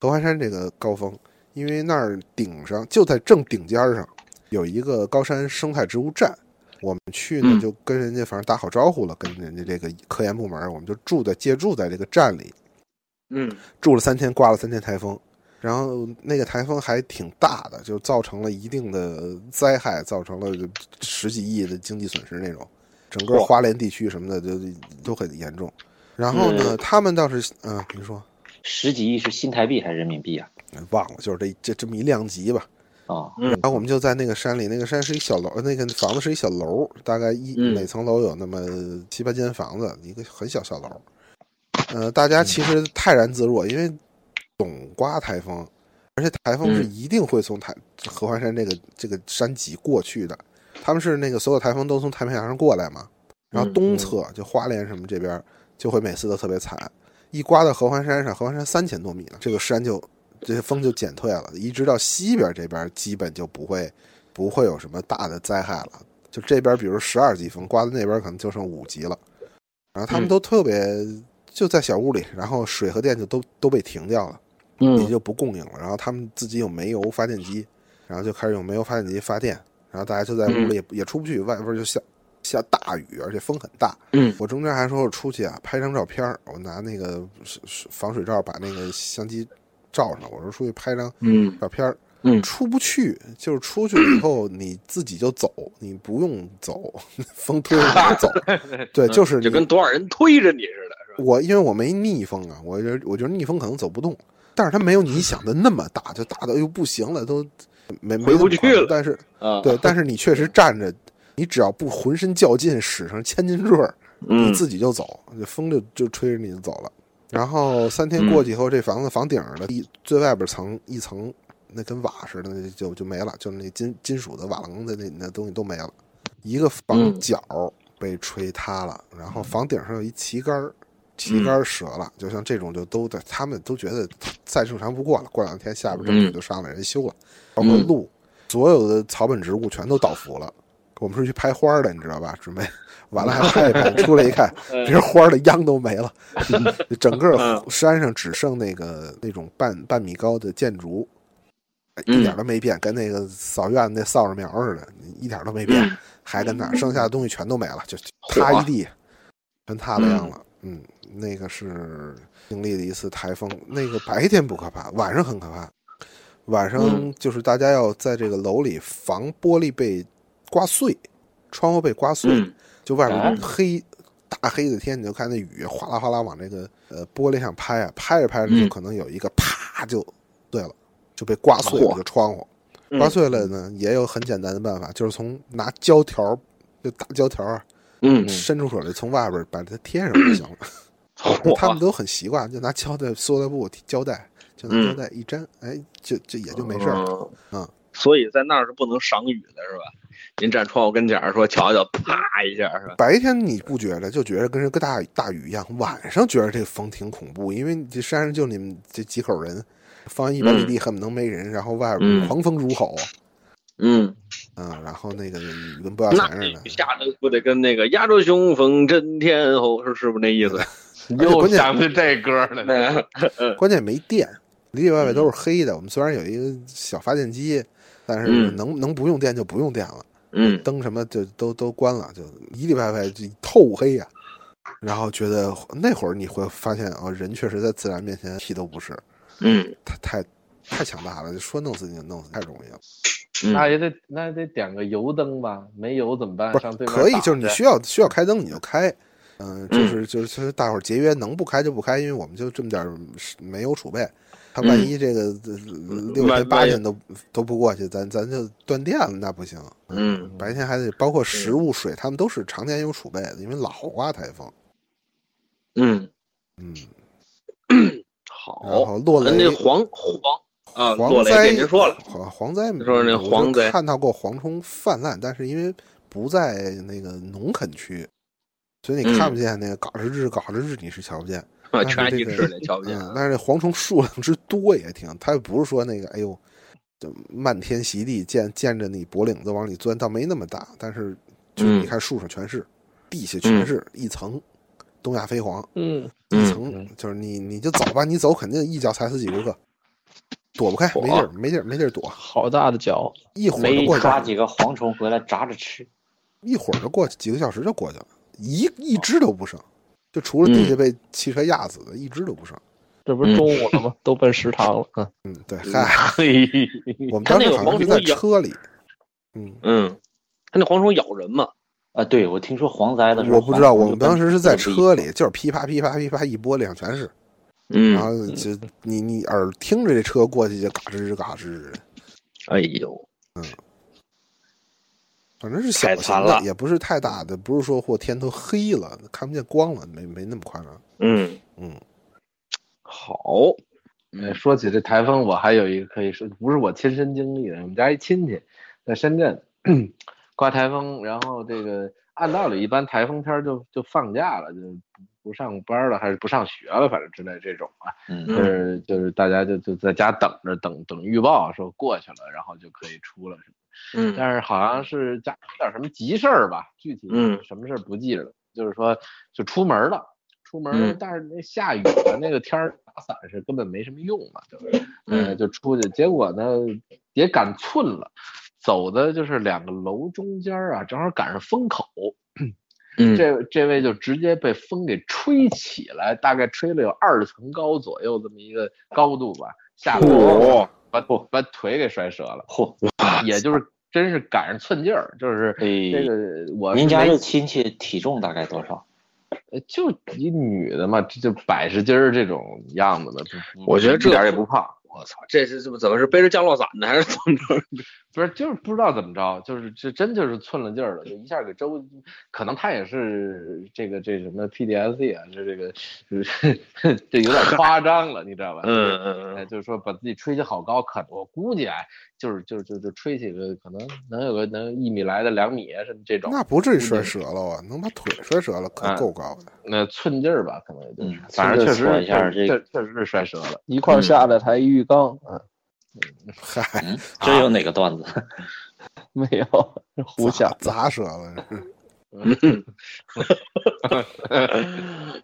Speaker 5: 合欢山这个高峰，因为那儿顶上就在正顶尖儿上有一个高山生态植物站，我们去呢
Speaker 1: 嗯
Speaker 5: 就跟人家反正打好招呼了，跟人家这个科研部门儿，我们就住在借住在这个站里，
Speaker 1: 嗯，
Speaker 5: 住了三天，刮了三天台风，然后那个台风还挺大的，就造成了一定的灾害，造成了十几亿的经济损失那种，整个
Speaker 1: 哇
Speaker 5: 花莲地区什么的都都很严重。然后呢，他们倒是嗯，您说哎
Speaker 6: 十几亿是新台币还是人民币啊？
Speaker 5: 忘了，就是这这这么一量级吧。
Speaker 6: 哦，
Speaker 1: 嗯
Speaker 5: 然后我们就在那个山里，那个山是一小楼，那个房子是一小楼，大概一、
Speaker 1: 嗯
Speaker 5: 每层楼有那么七八间房子，一个很小小楼。呃，大家其实泰然自若，因为总刮台风，而且台风是
Speaker 1: 嗯
Speaker 5: 一定会从台合欢山这个这个山脊过去的。他们是那个所有台风都从太平洋上过来嘛，然后
Speaker 1: 嗯
Speaker 5: 东侧就花莲什么这边就会每次都特别惨，一刮到合欢山上，合欢山三千多米呢，这个山就这些风就减退了，一直到西边这边基本就不会不会有什么大的灾害了。就这边比如十二级风刮到那边可能就剩五级了，然后他
Speaker 1: 嗯
Speaker 5: 们都特别就在小屋里，然后水和电就都都被停掉了，也
Speaker 6: 嗯
Speaker 5: 就不供应了。然后他们自己有煤油发电机，然后就开始用煤油发电机发电，然后大家就在屋
Speaker 1: 嗯
Speaker 5: 里也也出不去，外边就下下大雨，而且风很大。
Speaker 1: 嗯，
Speaker 5: 我中间还说我出去啊，拍张照片儿，我拿那个是是防水罩把那个相机罩上，我说出去拍张
Speaker 1: 嗯
Speaker 5: 照片儿。
Speaker 1: 嗯
Speaker 5: 出不去，就是出去以后你自己就走，你不用走， 风推着你 就走。对，就是你
Speaker 1: 嗯就跟多少人推着你似的，是吧？
Speaker 5: 我因为我没逆风啊，我觉得我觉得逆风可能走不动，但是它没有你想的那么大，就大到又哎不行了，都没没
Speaker 1: 回不
Speaker 5: 那么夸张
Speaker 1: 去了
Speaker 5: 但是
Speaker 1: 啊，
Speaker 5: 对，但是你确实站着，你只要不浑身较劲，使上千斤坠儿，你
Speaker 1: 嗯
Speaker 5: 自己就走，这风就就吹着你就走了。然后三天过去以后，这房子房顶儿的一最外边层一层，那跟瓦似的，那就就没了，就是那金金属的瓦楞的那那东西都没了。一个房
Speaker 1: 嗯
Speaker 5: 角被吹塌了，然后房顶上有一旗杆儿，
Speaker 1: 嗯
Speaker 5: 旗杆儿折了，就像这种就都得他们都觉得再正常不过了。过两天下边政府
Speaker 1: 嗯
Speaker 5: 就上来人修了，包括路，所有的草本植物全都倒伏了。我们是去拍花儿的，你知道吧？准备完了还拍一拍，出来一看，连花儿的秧都没了，整个山上只剩那个那种半半米高的建筑，一点都没变，跟那个扫院子那扫帚苗似的，一点都没变，还跟那儿，剩下的东西全都没了，就就塌一地，全塌了样了。嗯，那个是经历了一次台风，那个白天不可怕，晚上很可怕。晚上
Speaker 6: 嗯
Speaker 5: 就是大家要在这个楼里防玻璃被刮碎，窗户被刮碎，
Speaker 1: 嗯
Speaker 5: 就外
Speaker 6: 哎
Speaker 5: 面黑、大黑的天，你就看那雨哗啦哗啦往这个呃玻璃上拍啊，拍着拍着就
Speaker 1: 嗯
Speaker 5: 可能有一个啪就碎了，就被刮碎了
Speaker 1: 嚯
Speaker 5: 这个窗户。
Speaker 1: 嗯
Speaker 5: 刮碎了呢，也有很简单的办法，就是从拿胶条儿，就大胶条儿
Speaker 1: 嗯，
Speaker 5: 伸出手来，从外边儿把它贴上就行了。他们
Speaker 1: 嚯，
Speaker 5: 都很习惯，就拿胶带、塑料布胶带，就拿胶带一粘，哎，就就也就没事儿了。
Speaker 1: 嗯
Speaker 5: 嗯
Speaker 1: 所以在那儿是不能赏雨的，是吧？您站窗户跟前儿说瞧瞧，啪一下是吧？
Speaker 5: 白天你不觉着，就觉着跟这个大大雨一样；晚上觉着这风挺恐怖，因为你这山上就你们这几口人，方圆一百里地恨不能没人，然后外边
Speaker 1: 嗯
Speaker 5: 狂风如吼，
Speaker 1: 嗯，
Speaker 5: 嗯然后那个雨跟不要
Speaker 1: 那
Speaker 5: 钱似的。
Speaker 1: 下的不得跟那个“压着雄风震天吼”是是不是那 意思？
Speaker 2: 又
Speaker 5: 关键
Speaker 2: 想起这歌来了。
Speaker 5: 关键没电，里里外外都
Speaker 1: 嗯
Speaker 5: 是黑的。我们虽然有一个小发电机，但是
Speaker 1: 嗯
Speaker 5: 能、能不用电就不用电了。
Speaker 1: 嗯
Speaker 5: 灯什么就都都关了，就里里外外就透黑呀、然后觉得呃那会儿你会发现啊，人确实在自然面前屁都不是，
Speaker 1: 嗯
Speaker 5: 太太太强大了，就说弄死你就弄死，太容易了。
Speaker 2: 那
Speaker 1: 嗯
Speaker 2: 也得那也得点个油灯吧，没油怎么办？
Speaker 5: 不
Speaker 2: 上
Speaker 5: 是
Speaker 2: 对面
Speaker 5: 可以
Speaker 2: 打，
Speaker 5: 就是你
Speaker 2: 去
Speaker 5: 需要需要开灯你就开，嗯、就是就是就是大伙儿节约，能不开就不开，因为我们就这么点儿没有储备。他万一这个呃
Speaker 2: 嗯
Speaker 5: 六
Speaker 1: 万
Speaker 5: 天八
Speaker 1: 万一
Speaker 5: 天都都不过去，咱咱就断电了，那不行。
Speaker 1: 嗯，
Speaker 5: 白天还得包括食物、水，他们都是常年有储备的，因为老刮台风。
Speaker 1: 嗯，
Speaker 5: 嗯，然
Speaker 1: 好。
Speaker 5: 后落雷，
Speaker 1: 哦那黄黄啊，
Speaker 5: 蝗
Speaker 1: 落雷
Speaker 5: 灾
Speaker 1: 给您说了，
Speaker 5: 蝗蝗灾没有，
Speaker 1: 说那
Speaker 5: 我就
Speaker 1: 蝗灾
Speaker 5: 看到过蝗虫泛滥，但是因为不在那个农垦区，所以你
Speaker 1: 嗯
Speaker 5: 看不见那个嘎吱吱嘎吱吱，你是瞧不见。
Speaker 1: 啊，
Speaker 5: 但是
Speaker 1: 全
Speaker 5: 这
Speaker 1: 鸡
Speaker 5: 个
Speaker 1: 翅也瞧不见。啊
Speaker 5: 嗯，但是这蝗虫数量之多也挺，它又不是说那个哎呦，就漫天席地见见着你脖领子往里钻，倒没那么大，但是就是你
Speaker 1: 嗯
Speaker 5: 看树上全是，地下全是一层东亚飞蝗，
Speaker 3: 嗯，
Speaker 5: 一
Speaker 1: 嗯
Speaker 5: 层就是你你就走吧，你走肯定一脚踩死几十个。躲不开，没地儿，没地儿，没地儿躲。
Speaker 3: 好大的脚，
Speaker 5: 一会儿就
Speaker 6: 没
Speaker 5: 过去
Speaker 6: 抓
Speaker 5: 了，
Speaker 6: 几个蝗虫回来炸着吃。
Speaker 5: 一会儿就过去，几个小时就过去了，一一只都不剩，就除了
Speaker 1: 嗯
Speaker 5: 地下被汽车压死的，一只都不剩。
Speaker 3: 这不是中午了吗？都奔食堂了。嗯
Speaker 5: 嗯，对，
Speaker 1: 啊
Speaker 5: 嗨，
Speaker 2: 嘿，
Speaker 5: 我们当时
Speaker 1: 他那个
Speaker 5: 好像
Speaker 1: 黄
Speaker 5: 是在
Speaker 1: 牛一样
Speaker 5: 车里，嗯，
Speaker 1: 嗯，他那蝗虫咬人嘛，
Speaker 6: 啊，对，我听说蝗灾的时候，
Speaker 5: 我不知道，
Speaker 6: 蝗虫
Speaker 5: 我们当时是在
Speaker 6: 就
Speaker 5: 车里，就是噼啪噼啪噼啪一波两全是，然
Speaker 1: 嗯，
Speaker 5: 后就你你耳听着这车过去就嘎吱吱嘎吱吱，
Speaker 1: 哎呦，
Speaker 5: 反正是小
Speaker 1: 太
Speaker 5: 型
Speaker 1: 惨
Speaker 5: 的，
Speaker 1: 了
Speaker 5: 也不是太大的，不是说或天都黑了看不见光了，没没那么夸张。
Speaker 1: 嗯
Speaker 5: 嗯，
Speaker 1: 好，
Speaker 2: 哎说起这台风，我还有一个可以说不是我亲身经历的，我们家一亲戚在深圳 刮台风，然后这个按道理一般台风天儿就就放假了，就不不上班了，还是不上学了，反正之类这种啊，
Speaker 6: 嗯
Speaker 2: 就是就是大家就就在家等着等等预报说过去了，然后就可以出了什么。
Speaker 1: 嗯
Speaker 2: 但是好像是家里有点什么急事儿吧，具体
Speaker 1: 嗯
Speaker 2: 什么事儿不记着了，就是说就出门了，出门了
Speaker 1: 嗯，
Speaker 2: 但是那下雨了，那个天儿打伞是根本没什么用嘛，就是呃
Speaker 1: 嗯
Speaker 2: 就出去，结果呢也赶寸了，走的就是两个楼中间儿啊，正好赶上风口，
Speaker 1: 嗯，
Speaker 2: 这这位就直接被风给吹起来，大概吹了有二层高左右这么一个高度吧，
Speaker 1: 哦
Speaker 2: 下坡
Speaker 1: 嚯
Speaker 2: 把把腿给摔折了。
Speaker 6: 嚯，
Speaker 2: 也就是真是赶上寸劲儿，就是
Speaker 6: 哎
Speaker 2: 这个我是
Speaker 6: 您家
Speaker 2: 没
Speaker 6: 这亲戚体重大概多少？
Speaker 2: 呃就一女的嘛，这就百十斤儿这种样子的，不
Speaker 1: 我觉得这
Speaker 2: 一点儿也不胖，
Speaker 1: 我操，这是怎么怎么是背着降落伞呢，还是怎么着？
Speaker 2: 不是就是不知道怎么着，就是这真就是寸了劲儿了，就一下给周，可能他也是这个这什么 PDSD 啊，这这个就是这有点夸张了，你知道吧？就是
Speaker 1: 嗯嗯
Speaker 2: 哎，
Speaker 1: 嗯，
Speaker 2: 就是说把自己吹起好高，可我估计哎，就是就就就吹起个可能能有个能一米来的两米啊什么这种，
Speaker 5: 那不至于摔折了啊，能把腿摔折了可
Speaker 2: 嗯
Speaker 5: 够高的。
Speaker 2: 那寸劲儿吧，可能也就是，
Speaker 6: 嗯
Speaker 2: 反正确实
Speaker 6: 寸劲
Speaker 2: 确
Speaker 6: 儿搓一下
Speaker 2: 实
Speaker 6: 这
Speaker 2: 确确实是摔折了。
Speaker 3: 一块儿下来抬一浴缸，嗯，
Speaker 5: 嗨，
Speaker 1: 啊
Speaker 6: 嗯，这有哪个段子？
Speaker 3: 没有，是胡想
Speaker 5: 砸。砸折了，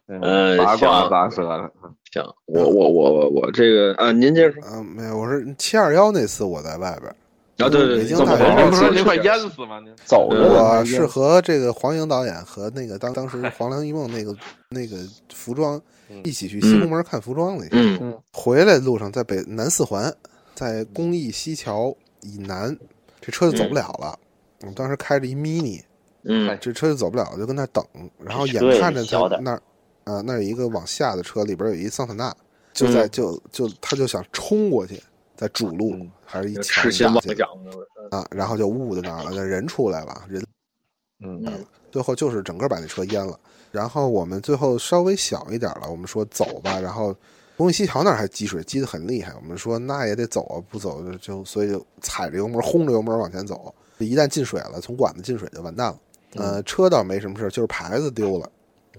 Speaker 1: 嗯
Speaker 2: 八卦
Speaker 1: 行
Speaker 2: 砸折了，
Speaker 1: 行，我我我我我这个啊，您接着说，
Speaker 5: 嗯，没有，我是七二幺那次我在外边儿，
Speaker 1: 啊，对对
Speaker 5: 北京
Speaker 1: 对，
Speaker 5: 大
Speaker 2: 怎么了？您
Speaker 5: 学
Speaker 2: 不是说
Speaker 1: 是
Speaker 2: 您快
Speaker 1: 这
Speaker 2: 淹
Speaker 1: 样
Speaker 2: 死吗？您
Speaker 3: 走着呢
Speaker 5: 我是和这个黄英导演和那个当当时黄粱一梦那个那个服装
Speaker 2: 嗯
Speaker 5: 一起去西宫门看服装那天，
Speaker 1: 嗯
Speaker 5: 回来路上在北南四环，在公益西桥以南，这车就走不了了。我们当时开着一 mini，
Speaker 1: 嗯
Speaker 5: 这车就走不了，就跟那儿等，然后眼
Speaker 6: 车也
Speaker 5: 看着
Speaker 6: 小
Speaker 5: 他
Speaker 6: 点儿
Speaker 5: 那儿啊、那儿有一个往下的车，里边有一桑塔纳，就在、就就他就想冲过去，在主路、
Speaker 2: 嗯
Speaker 5: 还是一
Speaker 1: 嗯，
Speaker 5: 墙
Speaker 1: 痴心妄
Speaker 5: 下去
Speaker 1: 想的，
Speaker 5: 啊，然后就误在那儿了，那人出来了，人
Speaker 2: 嗯
Speaker 1: 嗯
Speaker 5: 最后就是整个把那车淹了。然后我们最后稍微小一点了，我们说走吧，然后东西西桥那儿还积水积得很厉害，我们说那也得走啊，不走就就所以就踩着油门轰着油门往前走，一旦进水了，从管子进水就完蛋了。呃，车倒没什么事儿，就是牌子丢了，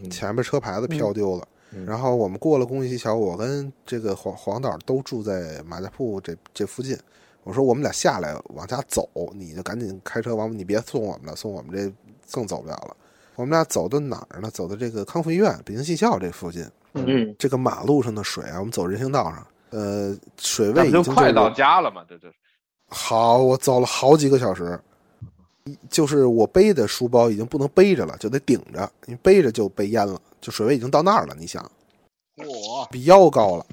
Speaker 2: 嗯
Speaker 5: 前面车牌子飘丢了。
Speaker 2: 嗯
Speaker 5: 然后我们过了公益西桥，我跟这个黄黄导都住在马家铺这这附近。我说我们俩下来往家走，你就赶紧开车往你别送我们了，送我们这更走不了了。我们俩走到哪儿呢？走到这个康复医院、北京技校这附近，
Speaker 1: 嗯
Speaker 5: 这个马路上的水啊，我们走人行道上，呃，水
Speaker 2: 那
Speaker 5: 位已
Speaker 2: 不就
Speaker 5: 经
Speaker 2: 是快到家了嘛？这这
Speaker 5: 好，我走了好几个小时，一就是我背的书包已经不能背着了，就得顶着，因为背着就被淹了，就水位已经到那儿了。你想，
Speaker 3: 嚯，
Speaker 5: 比腰高了。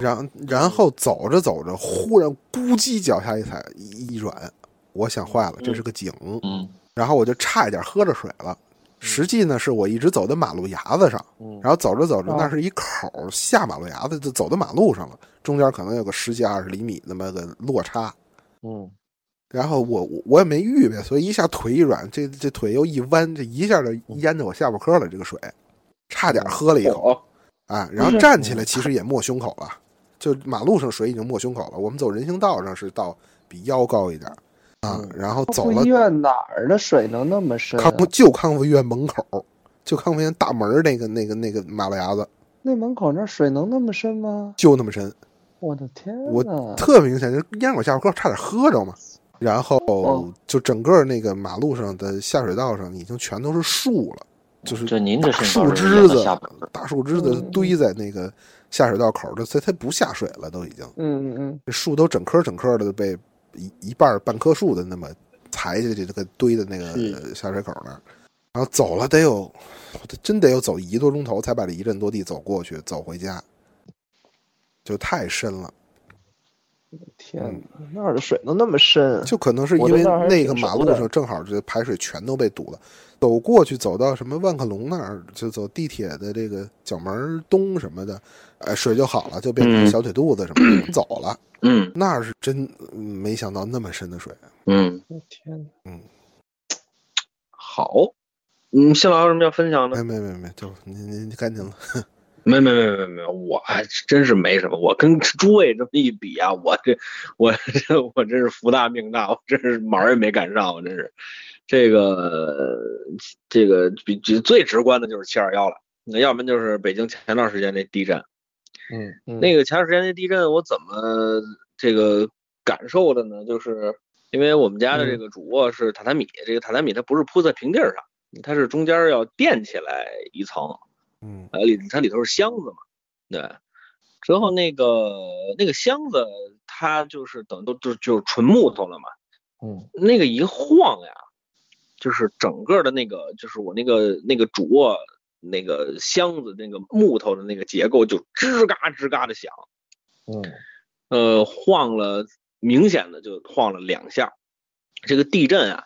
Speaker 5: 然然后走着走着，忽然咕叽脚下一踩，一一软，我想坏了，这是个井。
Speaker 6: 嗯，
Speaker 5: 然后我就差一点喝着水了。实际呢，是我一直走到马路牙子上，
Speaker 2: 嗯
Speaker 5: 然后走着走着，
Speaker 3: 哦
Speaker 5: 那是一口儿下马路牙子，就走到马路上了，中间可能有个十几二十厘米那么个落差。
Speaker 2: 嗯
Speaker 5: 然后我我我也没预备，所以一下腿一软，这这腿又一弯，这一下就淹着我下巴颏了。这个水，差点喝了一口
Speaker 1: 哦，
Speaker 5: 啊！然后站起来，其实也没胸口了，就马路上水已经没胸口了。我们走人行道上是到比腰高一点啊，然后走了
Speaker 3: 医院哪儿的水能那么深啊？
Speaker 5: 康复就康复医院门口，就康复医院大门儿那个那个那个马路牙子
Speaker 3: 那门口那水能那么深吗？
Speaker 5: 就那么深，
Speaker 3: 我的天
Speaker 5: 我
Speaker 6: 嗯
Speaker 3: 呐！
Speaker 5: 特明显，就是咽口下巴颏差点喝着嘛。然后
Speaker 3: 哦
Speaker 5: 就整个那个马路上的下水道上已经全都是树了，就是
Speaker 6: 就您这
Speaker 5: 大
Speaker 6: 身高
Speaker 5: 树
Speaker 6: 是
Speaker 5: 枝
Speaker 6: 到
Speaker 5: 子
Speaker 6: 下巴嗯了，
Speaker 5: 大树枝子堆在那个下水道口儿，这它它不下水了，都已经
Speaker 3: 嗯嗯
Speaker 5: 这树都整棵整棵的被一一半儿半棵树的那么裁下去，这个堆在那个下水口那儿，然后走了得有，我这真得有走一个多钟头才把这一阵多地走过去，走回家，就太深了。
Speaker 3: 嗯，天哪，那儿的水能那么深？啊
Speaker 5: 嗯就可能是因
Speaker 3: 我
Speaker 5: 为
Speaker 3: 在那儿还
Speaker 5: 那个
Speaker 3: 挺
Speaker 5: 马
Speaker 3: 熟
Speaker 5: 路
Speaker 3: 的
Speaker 5: 上正好这排水全都被堵了，走过去走到什么万客隆那儿，就走地铁的这个角门儿东什么的，呃，水就好了，就变成
Speaker 1: 嗯
Speaker 5: 小腿肚子什么的、走了。
Speaker 1: 嗯
Speaker 5: 那儿是真嗯没想到那么深的水，
Speaker 1: 嗯，
Speaker 3: 我的天哪！
Speaker 1: 好，嗯，谢老有什么要分享的？
Speaker 5: 哎，没没没，就您您赶紧了。
Speaker 1: 没没没没没，我还真是没什么。我跟诸位这么一比啊，我这我这我真是福大命大，我真是毛儿也没赶上，我真是这个这个比比最直观的就是七二幺了，那要不然就是北京前段时间那地震。
Speaker 2: 嗯嗯
Speaker 1: 那个前段时间那地震，我怎么这个感受的呢？就是因为我们家的这个主卧是榻榻米，这个榻榻米它不是铺在平地儿上，它是中间儿要垫起来一层，
Speaker 5: 嗯
Speaker 1: 呃，里它里头是箱子嘛，对。之后那个那个箱子，它就是等都就就是纯木头了嘛，
Speaker 2: 嗯
Speaker 1: 那个一晃呀，就是整个的那个，就是我那个那个主卧那个箱子那个木头的那个结构就吱嘎吱嘎的响，
Speaker 2: 嗯
Speaker 1: 呃，晃了，明显的就晃了两下。这个地震啊，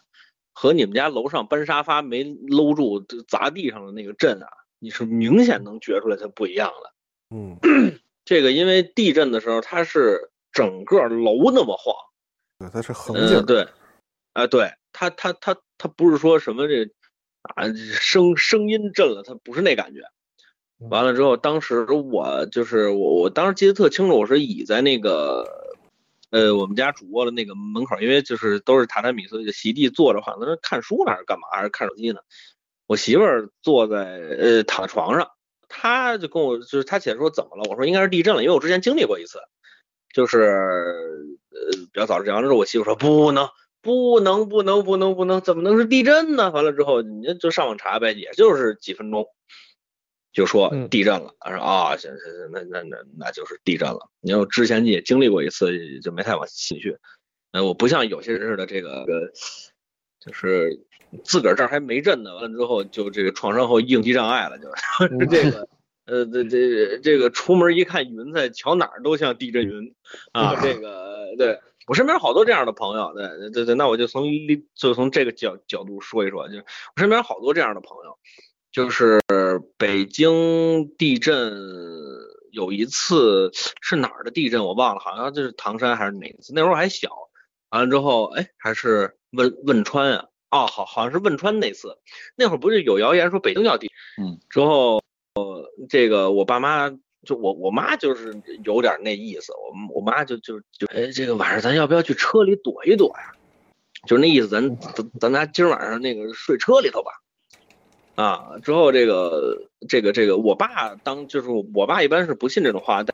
Speaker 1: 和你们家楼上搬沙发没搂住就砸地上的那个震啊，你是明显能觉出来它不一样了。
Speaker 5: 嗯，
Speaker 1: 这个因为地震的时候，它是整个楼那么晃，
Speaker 5: 对，它是横
Speaker 3: 呃
Speaker 5: 劲
Speaker 1: 嗯、
Speaker 5: 儿，
Speaker 1: 对，啊、对，它它它它不是说什么这啊声声音震了，它不是那感觉。
Speaker 5: 嗯
Speaker 1: 完了之后，当时我就是我，我当时记得特清楚，我是倚在那个呃我们家主卧的那个门口，因为就是都是榻榻米，所以就席地坐着，好像在那看书呢还是干嘛，还是看手机呢。我媳妇儿坐在呃躺床上，她就跟我就是她姐说怎么了，我说应该是地震了，因为我之前经历过一次，就是呃比较早之前，完了之后我媳妇说不能不能不能不能不能，怎么能是地震呢？完了之后你就上网查呗，也就是几分钟，就说
Speaker 3: 嗯
Speaker 1: 地震了。他说啊，行行行，那那那那就是地震了。因为我之前也经历过一次，就没太往心里去。哎，我不像有些人似的，这个就是自个儿这儿还没认呢，完了之后就这个创伤后应激障碍了，就是 这个。呃，这这这个出门一看云彩，瞧哪儿都像地震云啊！ 这个对我身边好多这样的朋友，对对对，那我就从另就从这个角角度说一说，就是我身边好多这样的朋友，就是北京地震有一次是哪儿的地震我忘了，好像就是唐山还是哪次，那时候还小，完了之后哎还是汶汶川啊，哦好好像是汶川那次，那会儿不是有谣言说北京要地，
Speaker 6: 嗯，
Speaker 1: 之后。这个我爸妈就我我妈就是有点那意思，我我妈就就就哎，这个晚上咱要不要去车里躲一躲呀、就是那意思，咱咱咱俩今儿晚上那个睡车里头吧。啊，之后这个这个这个，我爸当就是我爸一般是不信这种话，但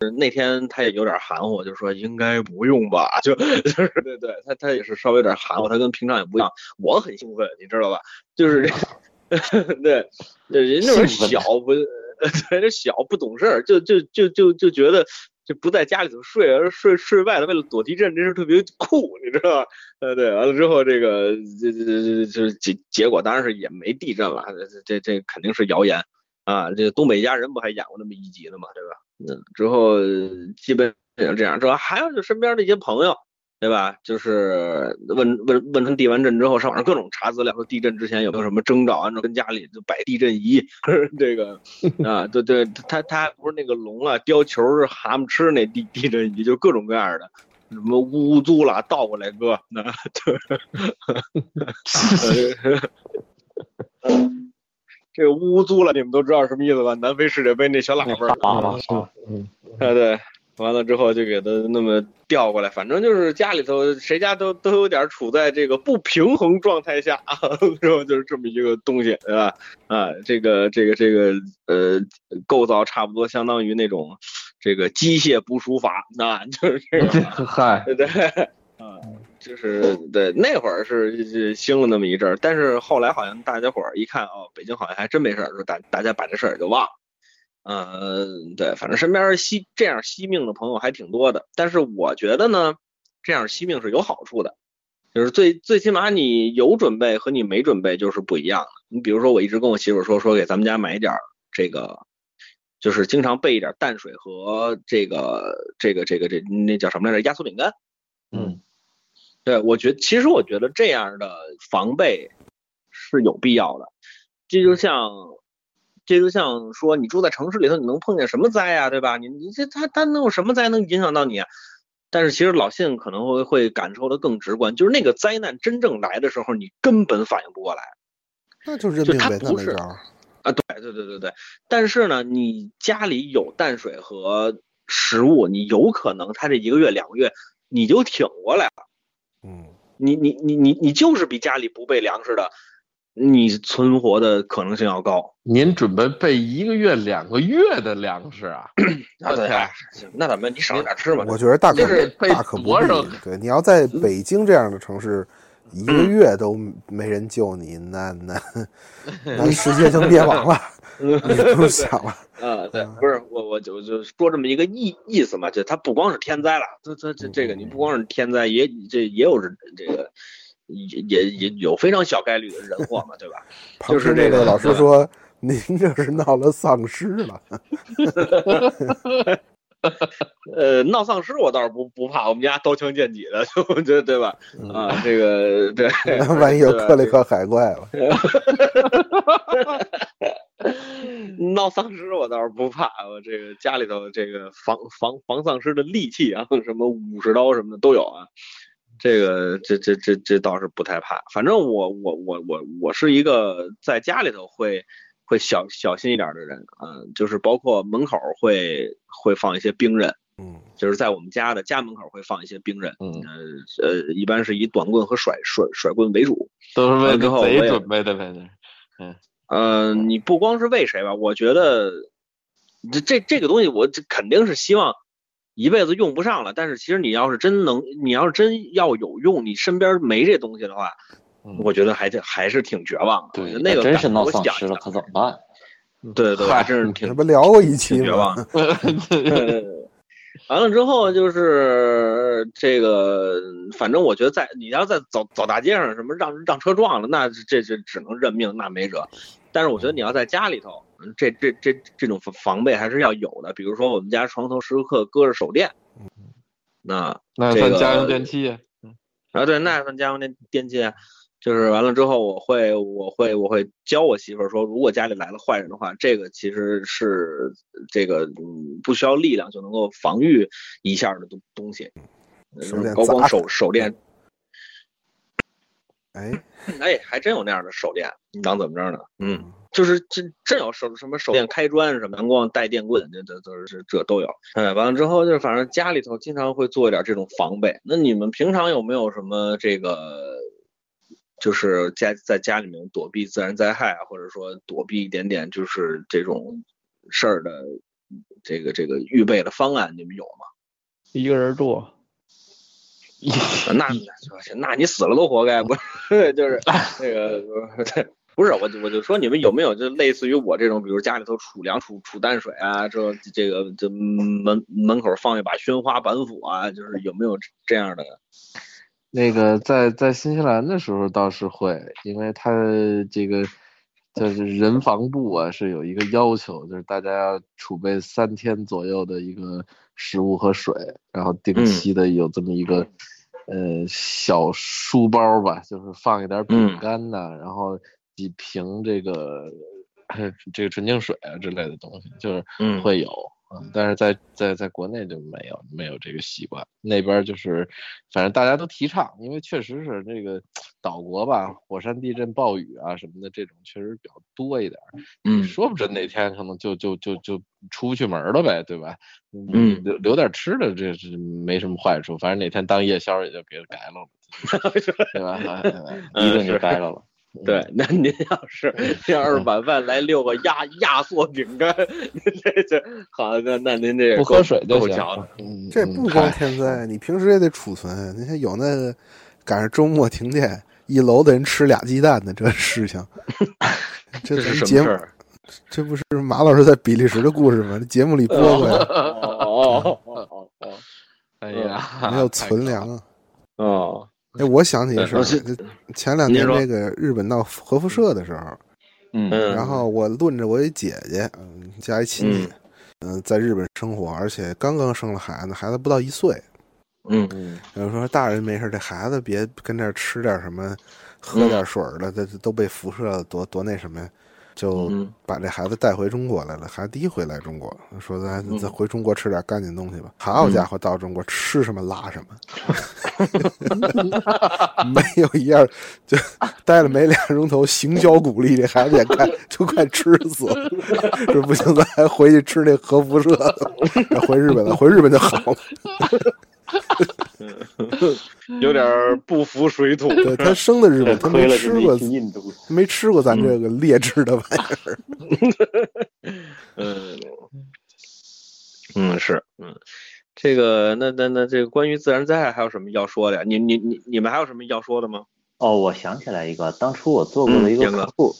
Speaker 1: 是那天他也有点含糊，就说应该不用吧，就就是对对，他他也是稍微有点含糊，他跟平常也不一样。我很兴奋，你知道吧？就是这个， 对，对，人那会儿
Speaker 6: 兴
Speaker 1: 小
Speaker 6: 奋
Speaker 1: 不， 对，这小不懂事儿，就就就就就觉得这不在家里头睡，而睡睡外头，为了躲地震，这事特别酷，你知道吧？ 呃，对，完了之后，这个这这这这结结果当然是也没地震了，这这这肯定是谣言啊！这东北一家人不还演过那么一集呢嘛，对吧？嗯，之后呃基本上这样，之后还有就身边的一些朋友，对吧？就是汶汶汶川地完震之后，上网上各种查资料，说地震之前有没有什么征兆，按照跟家里就摆地震仪，这个啊，对对，他他不是那个龙啊，貂球是蛤蟆吃那地地震仪，就各种各样的。什么乌乌租啦，倒过来哥，那就是，呃 这个乌乌租啦，你们都知道什么意思吧？南非世界杯那小喇叭儿，
Speaker 6: 爸爸
Speaker 1: 啊，对，完了之后就给他那么调过来，反正就是家里头谁家都都有点处在这个不平衡状态下，啊， 然后就是这么一个东西，对吧？啊，这个这个这个呃，构造差不多相当于那种这个机械捕鼠法，那就是这个。
Speaker 3: 嗨，
Speaker 1: 对对，啊，就是对那会儿是是兴了那么一阵儿，但是后来好像大家伙儿一看哦，北京好像还真没事儿，说大大家把这事儿就忘了。嗯，对，反正身边惜这样惜命的朋友还挺多的，但是我觉得呢，这样惜命是有好处的，就是最最起码你有准备和你没准备就是不一样的。你比如说，我一直跟我媳妇儿说，说给咱们家买一点儿这个就是经常备一点淡水和这个这个这个这那叫什么来着？压缩饼干。
Speaker 6: 嗯，
Speaker 1: 对，我觉其实我觉得这样的防备是有必要的。这就像这就像说你住在城市里头，你能碰见什么灾啊？对吧？你你这他他能有什么灾能影响到你啊？但是其实老信可能会会感受的更直观，就是那个灾难真正来的时候，你根本反应不过来。
Speaker 5: 那就认
Speaker 1: 就
Speaker 5: 命
Speaker 1: 他
Speaker 5: 呗，那
Speaker 1: 不
Speaker 5: 没
Speaker 1: 是
Speaker 5: 招儿。
Speaker 1: 啊，对对对对对，但是呢，你家里有淡水和食物，你有可能他这一个月两个月你就挺过来了，
Speaker 5: 嗯，
Speaker 1: 你你你你你就是比家里不备粮食的，你存活的可能性要高。
Speaker 2: 您准备备一个月、两个月的粮食啊？
Speaker 1: 啊，对
Speaker 2: 对
Speaker 1: 啊，那咱们你省着点吃嘛。
Speaker 5: 我觉得大可
Speaker 2: 就是被
Speaker 5: 大可不
Speaker 2: 多少
Speaker 5: 必。对，你要在
Speaker 1: 嗯
Speaker 5: 北京这样的城市，一个月都没人救你，那那那世界就灭亡 了，你就不用嗯想了。
Speaker 1: 啊，对，不是我我就我就说这么一个意意思嘛，就它不光是天灾了，这这这这个你不光是天灾，也这也有人这个也也也有非常小概率的人祸嘛，对吧？
Speaker 5: 旁
Speaker 1: 就是
Speaker 5: 边
Speaker 1: 这个
Speaker 5: 那位老师说：“您这是闹了丧尸了。，
Speaker 1: 呃，闹丧尸我倒是不不怕，我们家刀枪剑戟的， 我觉得对吧？啊，这个 对
Speaker 5: 万一又克了一颗海怪了，
Speaker 1: 闹丧尸我倒是不怕，我这个家里头这个防防防丧尸的利器啊，什么武士刀什么的都有啊。这个这这这这倒是不太怕，反正我我我我我是一个在家里头会会小小心一点的人，嗯、就是包括门口会会放一些兵刃，
Speaker 5: 嗯，
Speaker 1: 就是在我们家的家门口会放一些兵刃，
Speaker 2: 嗯，
Speaker 1: 呃呃，一般是以短棍和甩甩甩棍为主，
Speaker 2: 都是为
Speaker 1: 之后我
Speaker 2: 了
Speaker 1: 也
Speaker 2: 贼准备的呗。那是
Speaker 1: 呃，你不光是为谁吧，我觉得这这这个东西，我这肯定是希望一辈子用不上了。但是其实你要是真能，你要是真要有用，你身边没这东西的话，
Speaker 2: 嗯
Speaker 1: 我觉得还得还是挺绝望的。
Speaker 6: 对，
Speaker 1: 那个
Speaker 6: 真
Speaker 1: 感
Speaker 6: 是
Speaker 1: 觉
Speaker 6: 闹
Speaker 1: 我
Speaker 6: 丧
Speaker 1: 想
Speaker 6: 尸
Speaker 1: 一
Speaker 6: 了，
Speaker 1: 想
Speaker 6: 可怎么办？
Speaker 1: 对对，还
Speaker 2: 嗨
Speaker 1: 真是
Speaker 5: 这
Speaker 1: 挺
Speaker 5: 不聊过一期
Speaker 1: 挺绝
Speaker 5: 吗
Speaker 1: 望？的。对对对完了之后就是是这个，反正我觉得在你要在走走大街上，什么让让车撞了，那这这只能认命，那没辙。但是我觉得你要在家里头，嗯这这这这种防防备还是要有的。比如说我们家床头时刻搁着手电，那
Speaker 2: 那
Speaker 1: 这
Speaker 2: 算
Speaker 1: 个
Speaker 2: 家用电器，
Speaker 1: 啊，对，那份家用电电器，就是完了之后，我会，我会，我会教我媳妇儿说，如果家里来了坏人的话，这个其实是这个嗯，不需要力量就能够防御一下的东东西，呃
Speaker 5: 手电
Speaker 1: 高光
Speaker 5: 砸
Speaker 1: 手手电，
Speaker 5: 哎，
Speaker 1: 哎，还真有那样的手电，你当怎么着呢？嗯，就是真真有手什么手电开砖什么蓝光带电棍，这这都是这都有。哎，完了之后就是反正家里头经常会做一点这种防备。那你们平常有没有什么这个，就是家在家里面躲避自然灾害啊，或者说躲避一点点就是这种事儿的这个这个预备的方案，你们有吗？
Speaker 3: 一个人住，
Speaker 1: 啊那那那你死了都活该，不是 就是那个不是不是我就我就说你们有没有就类似于我这种，比如家里头储粮储储淡水啊，这这个这门门口放一把宣花板斧啊，就是有没有这样的？
Speaker 2: 那个在在新西兰的时候倒是会，因为它这个就是人防部啊是有一个要求，就是大家要储备三天左右的一个食物和水，然后定
Speaker 1: 嗯
Speaker 2: 期的有这么一个、呃小书包吧，就是放一点
Speaker 1: 嗯
Speaker 2: 饼干呐、然后几瓶这个 这个纯净水啊之类的东西，就是
Speaker 1: 嗯
Speaker 2: 会有，嗯，但是在在在国内就没有没有这个习惯，那边儿就是反正大家都提倡，因为确实是这个岛国吧，火山、地震、暴雨啊什么的这种确实比较多一点儿，
Speaker 1: 嗯
Speaker 2: 说不准哪天可能就就就就出不去门儿了呗，对吧？
Speaker 1: 嗯
Speaker 2: 留留点吃的这是没什么坏处，反正哪天当夜宵也就给改了，对吧？ 哎哎
Speaker 6: 一顿
Speaker 1: 嗯
Speaker 6: 就是掰了了。
Speaker 1: 对，那您要是要是晚饭来六个压压缩饼干，您这这好，那那您这
Speaker 3: 不喝水就
Speaker 1: 够
Speaker 3: 行
Speaker 1: 巧的。
Speaker 2: 嗯
Speaker 5: 这
Speaker 2: 嗯
Speaker 5: 不光
Speaker 2: 嗨
Speaker 5: 天灾，你平时也得储存。你看有那个赶上周末停电，一楼的人吃俩鸡蛋的这事 情，
Speaker 1: 这
Speaker 5: 这咱
Speaker 1: 是
Speaker 5: 们
Speaker 1: 什
Speaker 5: 节
Speaker 1: 么事
Speaker 5: 目
Speaker 1: 儿？
Speaker 5: 这不是马老师在比利时的故事吗？节目里播过呀，
Speaker 1: 哦哦哦哦哦
Speaker 2: 哎呀，
Speaker 5: 没有存粮啊。
Speaker 1: 哦，
Speaker 5: 哎，我想起一事儿，
Speaker 1: 嗯是
Speaker 5: 就前两年
Speaker 1: 您说
Speaker 5: 这个日本闹核辐射的时候，
Speaker 6: 嗯
Speaker 1: 嗯，
Speaker 5: 然后我论着我一姐姐，嗯，加一亲戚，嗯、在日本生活，而且刚刚生了孩子，孩子不到一岁。
Speaker 1: 嗯
Speaker 5: 有时候大人没事，这孩子别跟这儿吃点什么，喝点水儿了，这、这都被辐射了，多多那什么呀，就
Speaker 1: 嗯
Speaker 5: 把这孩子带回中国来了。孩子第一回来中国，说咱
Speaker 6: 嗯
Speaker 5: 咱回中国吃点干净东西吧。好家伙，到中国吃什么拉什么， 没有一样就待了没俩钟头，行销鼓励这孩子也快就快吃死了。这不行，咱还回去吃那核辐射的，回日本了，回日本就好了。
Speaker 1: 嗯有点儿不服水 土。
Speaker 5: 对他生的日本，他
Speaker 6: 亏
Speaker 5: 没
Speaker 6: 了
Speaker 5: 吃过
Speaker 6: 就，没印度。
Speaker 5: 没吃过咱
Speaker 6: 嗯
Speaker 5: 这个劣质的玩 意儿。
Speaker 1: 嗯，嗯是，嗯，这个那那那这个关于自然灾害还有什么要说的呀？你你你你们还有什么要说的吗？
Speaker 6: 哦，我想起来一个，当初我做过的一
Speaker 1: 嗯
Speaker 6: 个
Speaker 1: 严哥
Speaker 6: 客户，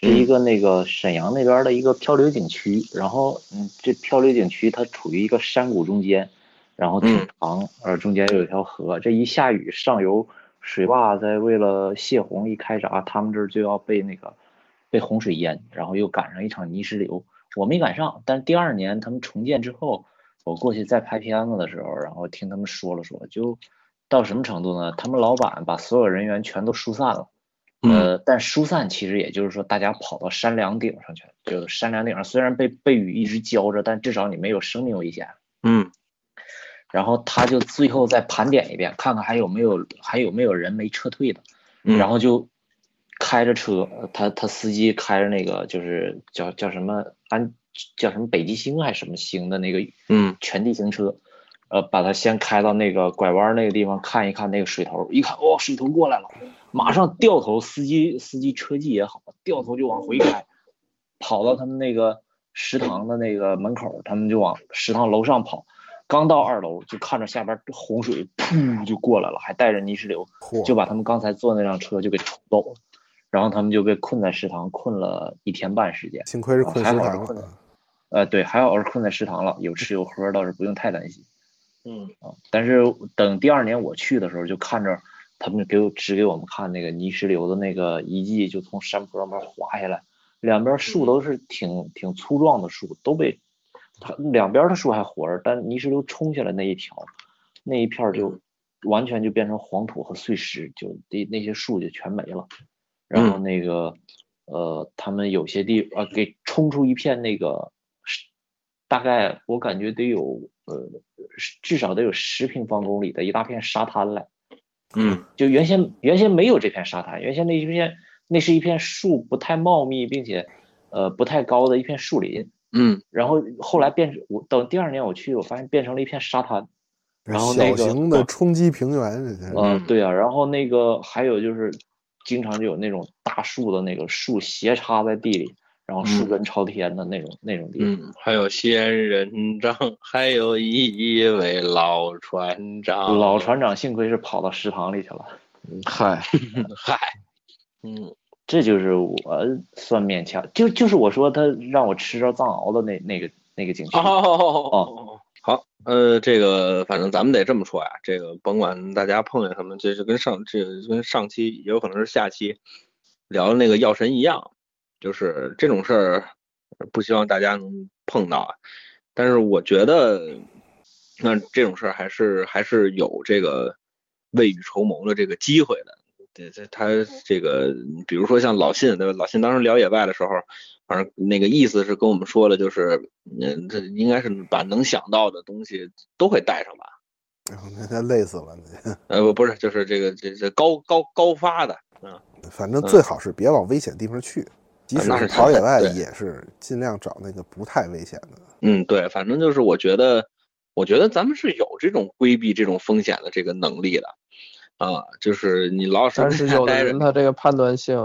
Speaker 6: 是一个那个沈阳那边的一个漂流景区，然后嗯，这漂流景区它处于一个山谷中间，然后挺
Speaker 1: 嗯
Speaker 6: 长，呃，中间又有一条河，这一下雨，上游水坝在为了泄洪一开闸，他们这儿就要被那个被洪水淹，然后又赶上一场泥石流，我没赶上，但是第二年他们重建之后，我过去再拍片子的时候，然后听他们说了说，就到什么程度呢？他们老板把所有人员全都疏散了，呃，但疏散其实也就是说大家跑到山梁顶上去了，就是山梁顶上虽然被被雨一直浇着，但至少你没有生命危险。
Speaker 1: 嗯
Speaker 6: 然后他就最后再盘点一遍，看看还有没有还有没有人没撤退的，
Speaker 1: 嗯
Speaker 6: 然后就开着车，呃他他司机开着那个就是叫叫什么安叫什么北极星还是什么星的那个
Speaker 1: 嗯
Speaker 6: 全地形车，呃，把它先开到那个拐弯那个地方看一看那个水头，一看哦，水头过来了，马上掉头，司机司机车技也好，掉头就往回开，跑到他们那个食堂的那个门口，他们就往食堂楼上跑。刚到二楼，就看着下边洪水噗就过来了，还带着泥石流，
Speaker 5: 嚯
Speaker 6: 就把他们刚才坐那辆车就给冲走了，然后他们就被困在食堂困了一天半时间。
Speaker 5: 幸亏是困食
Speaker 6: 哦还好
Speaker 5: 堂
Speaker 6: 是困
Speaker 5: 了，
Speaker 6: 呃，对，还好是困在食堂了，有吃有喝，倒是不用太担心。
Speaker 1: 嗯
Speaker 6: 啊。但是等第二年我去的时候，就看着他们给我指给我们看那个泥石流的那个遗迹，就从山坡上面滑下来，两边树都是挺挺粗壮的树，都被它两边的树还活着，但泥石流冲下来那一条，那一片儿就完全就变成黄土和碎石，就那那些树就全没了。然后那个、呃，他们有些地呃给冲出一片那个，大概我感觉得有呃至少得有十平方公里的一大片沙滩来。
Speaker 1: 嗯，
Speaker 6: 就原先原先没有这片沙滩，原先那一片那是一片树不太茂密，并且呃不太高的一片树林。
Speaker 1: 嗯，
Speaker 6: 然后后来变成我等第二年我去，我发现变成了一片沙滩。然后那
Speaker 5: 小
Speaker 6: 个呃
Speaker 5: 型的冲击平原，这是
Speaker 6: 嗯，
Speaker 1: 嗯
Speaker 6: 对啊，然后那个还有就是，经常就有那种大树的那个树斜插在地里，然后树
Speaker 1: 嗯
Speaker 6: 根朝天的那种、那种地方。
Speaker 1: 嗯，还有仙人掌，还有一位老船长，
Speaker 6: 老船长幸亏是跑到食堂里去了，
Speaker 1: 嗯
Speaker 2: 嗨，
Speaker 1: 嗨，嗯
Speaker 6: 这就是我算勉强，就就是我说他让我吃着藏獒的那那个那个景区。
Speaker 1: 哦，好，呃，这个反正咱们得这么说呀，这个甭管大家碰见什么，这是跟上这跟上期也有可能是下期聊的那个药神一样，就是这种事儿不希望大家能碰到啊。但是我觉得，那这种事儿还是还是有这个未雨绸缪的这个机会的。对，这他这个，比如说像老信，对吧？老信当时聊野外的时候，反正那个意思是跟我们说了，就是嗯，这应该是把能想到的东西都会带上吧？
Speaker 5: 然后 他累死了。
Speaker 1: 呃，不，不是，就是这个这这高高高发的，嗯，
Speaker 5: 反正最好是别往危险地方去，即使
Speaker 1: 那
Speaker 5: 是
Speaker 1: 是
Speaker 5: 跑野外，
Speaker 1: 对
Speaker 5: 也是尽量找那个不太危险的。
Speaker 1: 嗯，对，反正就是我觉得，我觉得咱们是有这种规避这种风险的这个能力的，啊，就是你老老实
Speaker 3: 但
Speaker 1: 实
Speaker 3: 是
Speaker 1: 在家
Speaker 3: 有的
Speaker 1: 待着
Speaker 3: 人，他这个判断性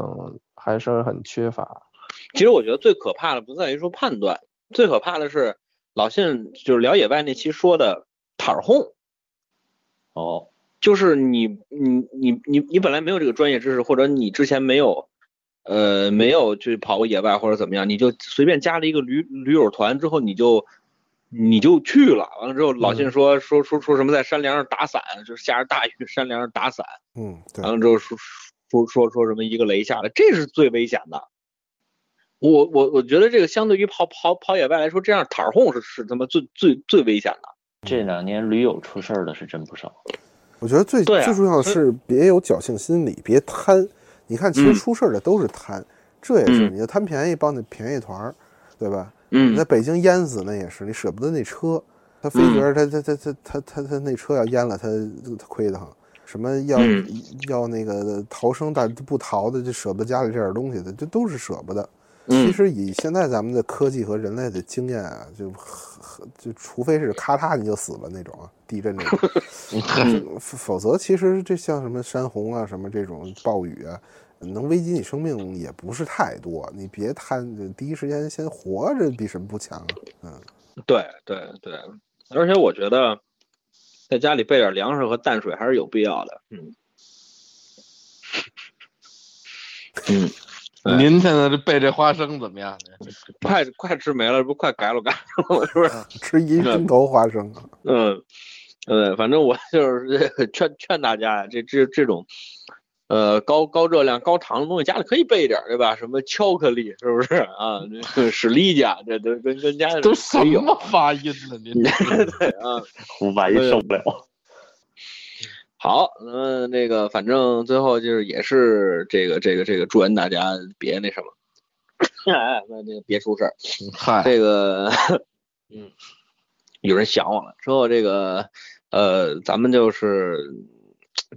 Speaker 3: 还是很缺乏。
Speaker 1: 其实我觉得最可怕的不在于说判断，最可怕的是老信就是聊野外那期说的塔儿轰，
Speaker 6: 哦，
Speaker 1: 就是你你你你你本来没有这个专业知识，或者你之前没有，呃，没有去跑过野外或者怎么样，你就随便加了一个驴驴友团之后，你就你就去了。完了之后，老信说、说说说什么在山梁上打伞，就是下着大雨山梁上打伞。
Speaker 5: 嗯，对
Speaker 1: 完，了之后说说说说什么一个雷下来，这是最危险的。我我我觉得这个相对于跑跑跑野外来说，这样塔儿轰是是他妈最最最危险的。
Speaker 6: 这两年驴友出事儿的是真不少。
Speaker 5: 我觉得最
Speaker 1: 对啊
Speaker 5: 最重要的是别有侥幸心理，别贪。你看，其实
Speaker 1: 嗯
Speaker 5: 出事儿的都是贪，这也是
Speaker 1: 嗯
Speaker 5: 你就贪便宜帮那便宜团儿，对吧？你
Speaker 1: 嗯
Speaker 5: 在北京淹死那也是，你舍不得那车，他非觉得他他他他他他他那车要淹了，他他亏得很。什么要、
Speaker 1: 嗯
Speaker 5: 要那个逃生但不逃的，就舍不得家里这点东西的，这都是舍不得。
Speaker 1: 嗯
Speaker 5: 其实以现在咱们的科技和人类的经验啊，就很就除非是咔嚓你就死了那种啊，地震这种，
Speaker 1: 嗯
Speaker 5: 就否则其实这像什么山洪啊、什么这种暴雨啊，能危及你生命也不是太多。你别贪，就第一时间先活着比什么不强啊？嗯，
Speaker 1: 对对对，而且我觉得在家里备点粮食和淡水还是有必要的。嗯嗯，哎
Speaker 2: 您现在这备这花生怎么样呢？
Speaker 1: 快快吃没了，不快改了改了， 是不是？
Speaker 5: 吃一针头花生啊，
Speaker 1: 嗯，呃，反正我就是 这个劝劝大家呀，这这这种，呃，高高热量、高糖的东西，家里可以备一点儿，对吧？什么巧克力，是不是啊？这个史力架，这都跟跟家里
Speaker 2: 都什
Speaker 1: 没有
Speaker 2: 么发音呢？您
Speaker 1: 对啊。
Speaker 6: 胡白也受不了。
Speaker 1: 好，那么那个反正最后就是也是这个这个这个祝愿大家别那什么， 哎，那那个别出事儿。
Speaker 2: 嗨，
Speaker 1: 这个，嗯，有人想我了。之后这个，呃，咱们就是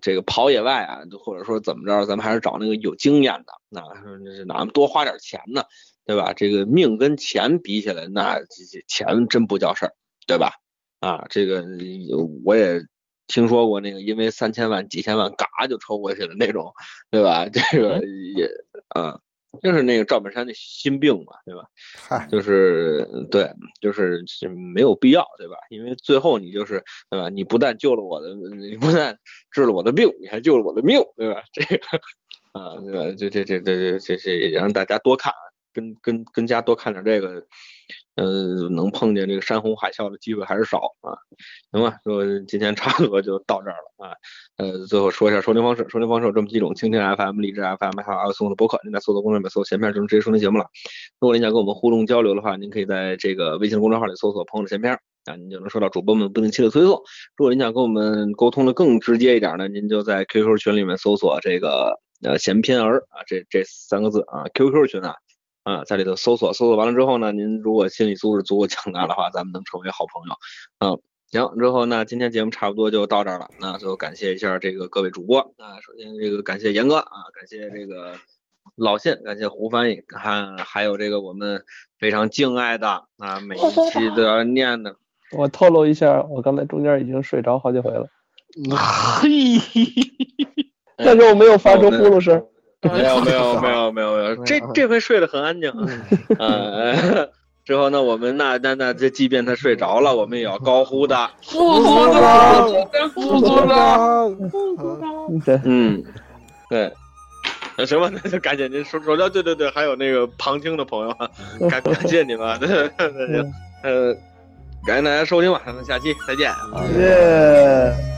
Speaker 1: 这个跑野外啊，或者说怎么着，咱们还是找那个有经验的，那那哪怕多花点钱呢，对吧？这个命跟钱比起来，那这这钱真不叫事儿，对吧？啊，这个我也听说过那个因为三千万、几千万嘎就抽过去的那种，对吧？这个也啊，就是那个赵本山那心病嘛，对吧？
Speaker 5: 嗨，
Speaker 1: 就是对，就是是没有必要，对吧？因为最后你就是对吧？你不但救了我的，你不但治了我的病，你还救了我的命，对吧？这个啊，对吧？这这这这这这这也让大家多看啊跟跟跟家多看点这个，呃，能碰见这个山洪海啸的机会还是少啊。行吧，我今天差不多就到这儿了啊。呃，最后说一下收听方式，收听方式有这么几种：蜻蜓 FM、荔枝 FM，还有阿松的博客。您在搜索公众号搜“闲篇”就能直接收听节目了。如果您想跟我们互动交流的话，您可以在这个微信公众号里搜索“朋友的闲篇”。啊，您就能收到主播们不定期的推送。如果您想跟我们沟通的更直接一点呢，您就在 QQ 群里面搜索这个呃“闲篇儿”啊，这这三个字啊，QQ 群啊，啊，在里头搜索，搜索完了之后呢，您如果心理素质足够强大的话，咱们能成为好朋友。啊，行，之后呢，今天节目差不多就到这儿了。那就感谢一下这个各位主播啊，首先这个感谢严哥啊，感谢这个老谢，感谢胡翻译，还还有这个我们非常敬爱的啊，每一期都要念的。
Speaker 3: 我透露一下，我刚才中间已经睡着好几回了，
Speaker 2: 嘿，
Speaker 3: 但是我没有发出呼噜声。
Speaker 1: 没有没有没有没有没有， 这这回睡得很安静啊。呃， 之后呢，我们那那那这，即便他睡着了，我们也要高呼的。
Speaker 7: 副组长，副组
Speaker 1: 啊
Speaker 7: 长，
Speaker 5: 啊
Speaker 7: 副组长。
Speaker 3: 对，
Speaker 1: 嗯，对。那什么，那就感谢您说说了，对对对，还有那个旁听的朋友，啊，感感谢你们啊，对对对，对呃，感谢大家收听吧，咱们下期再见。
Speaker 3: 耶。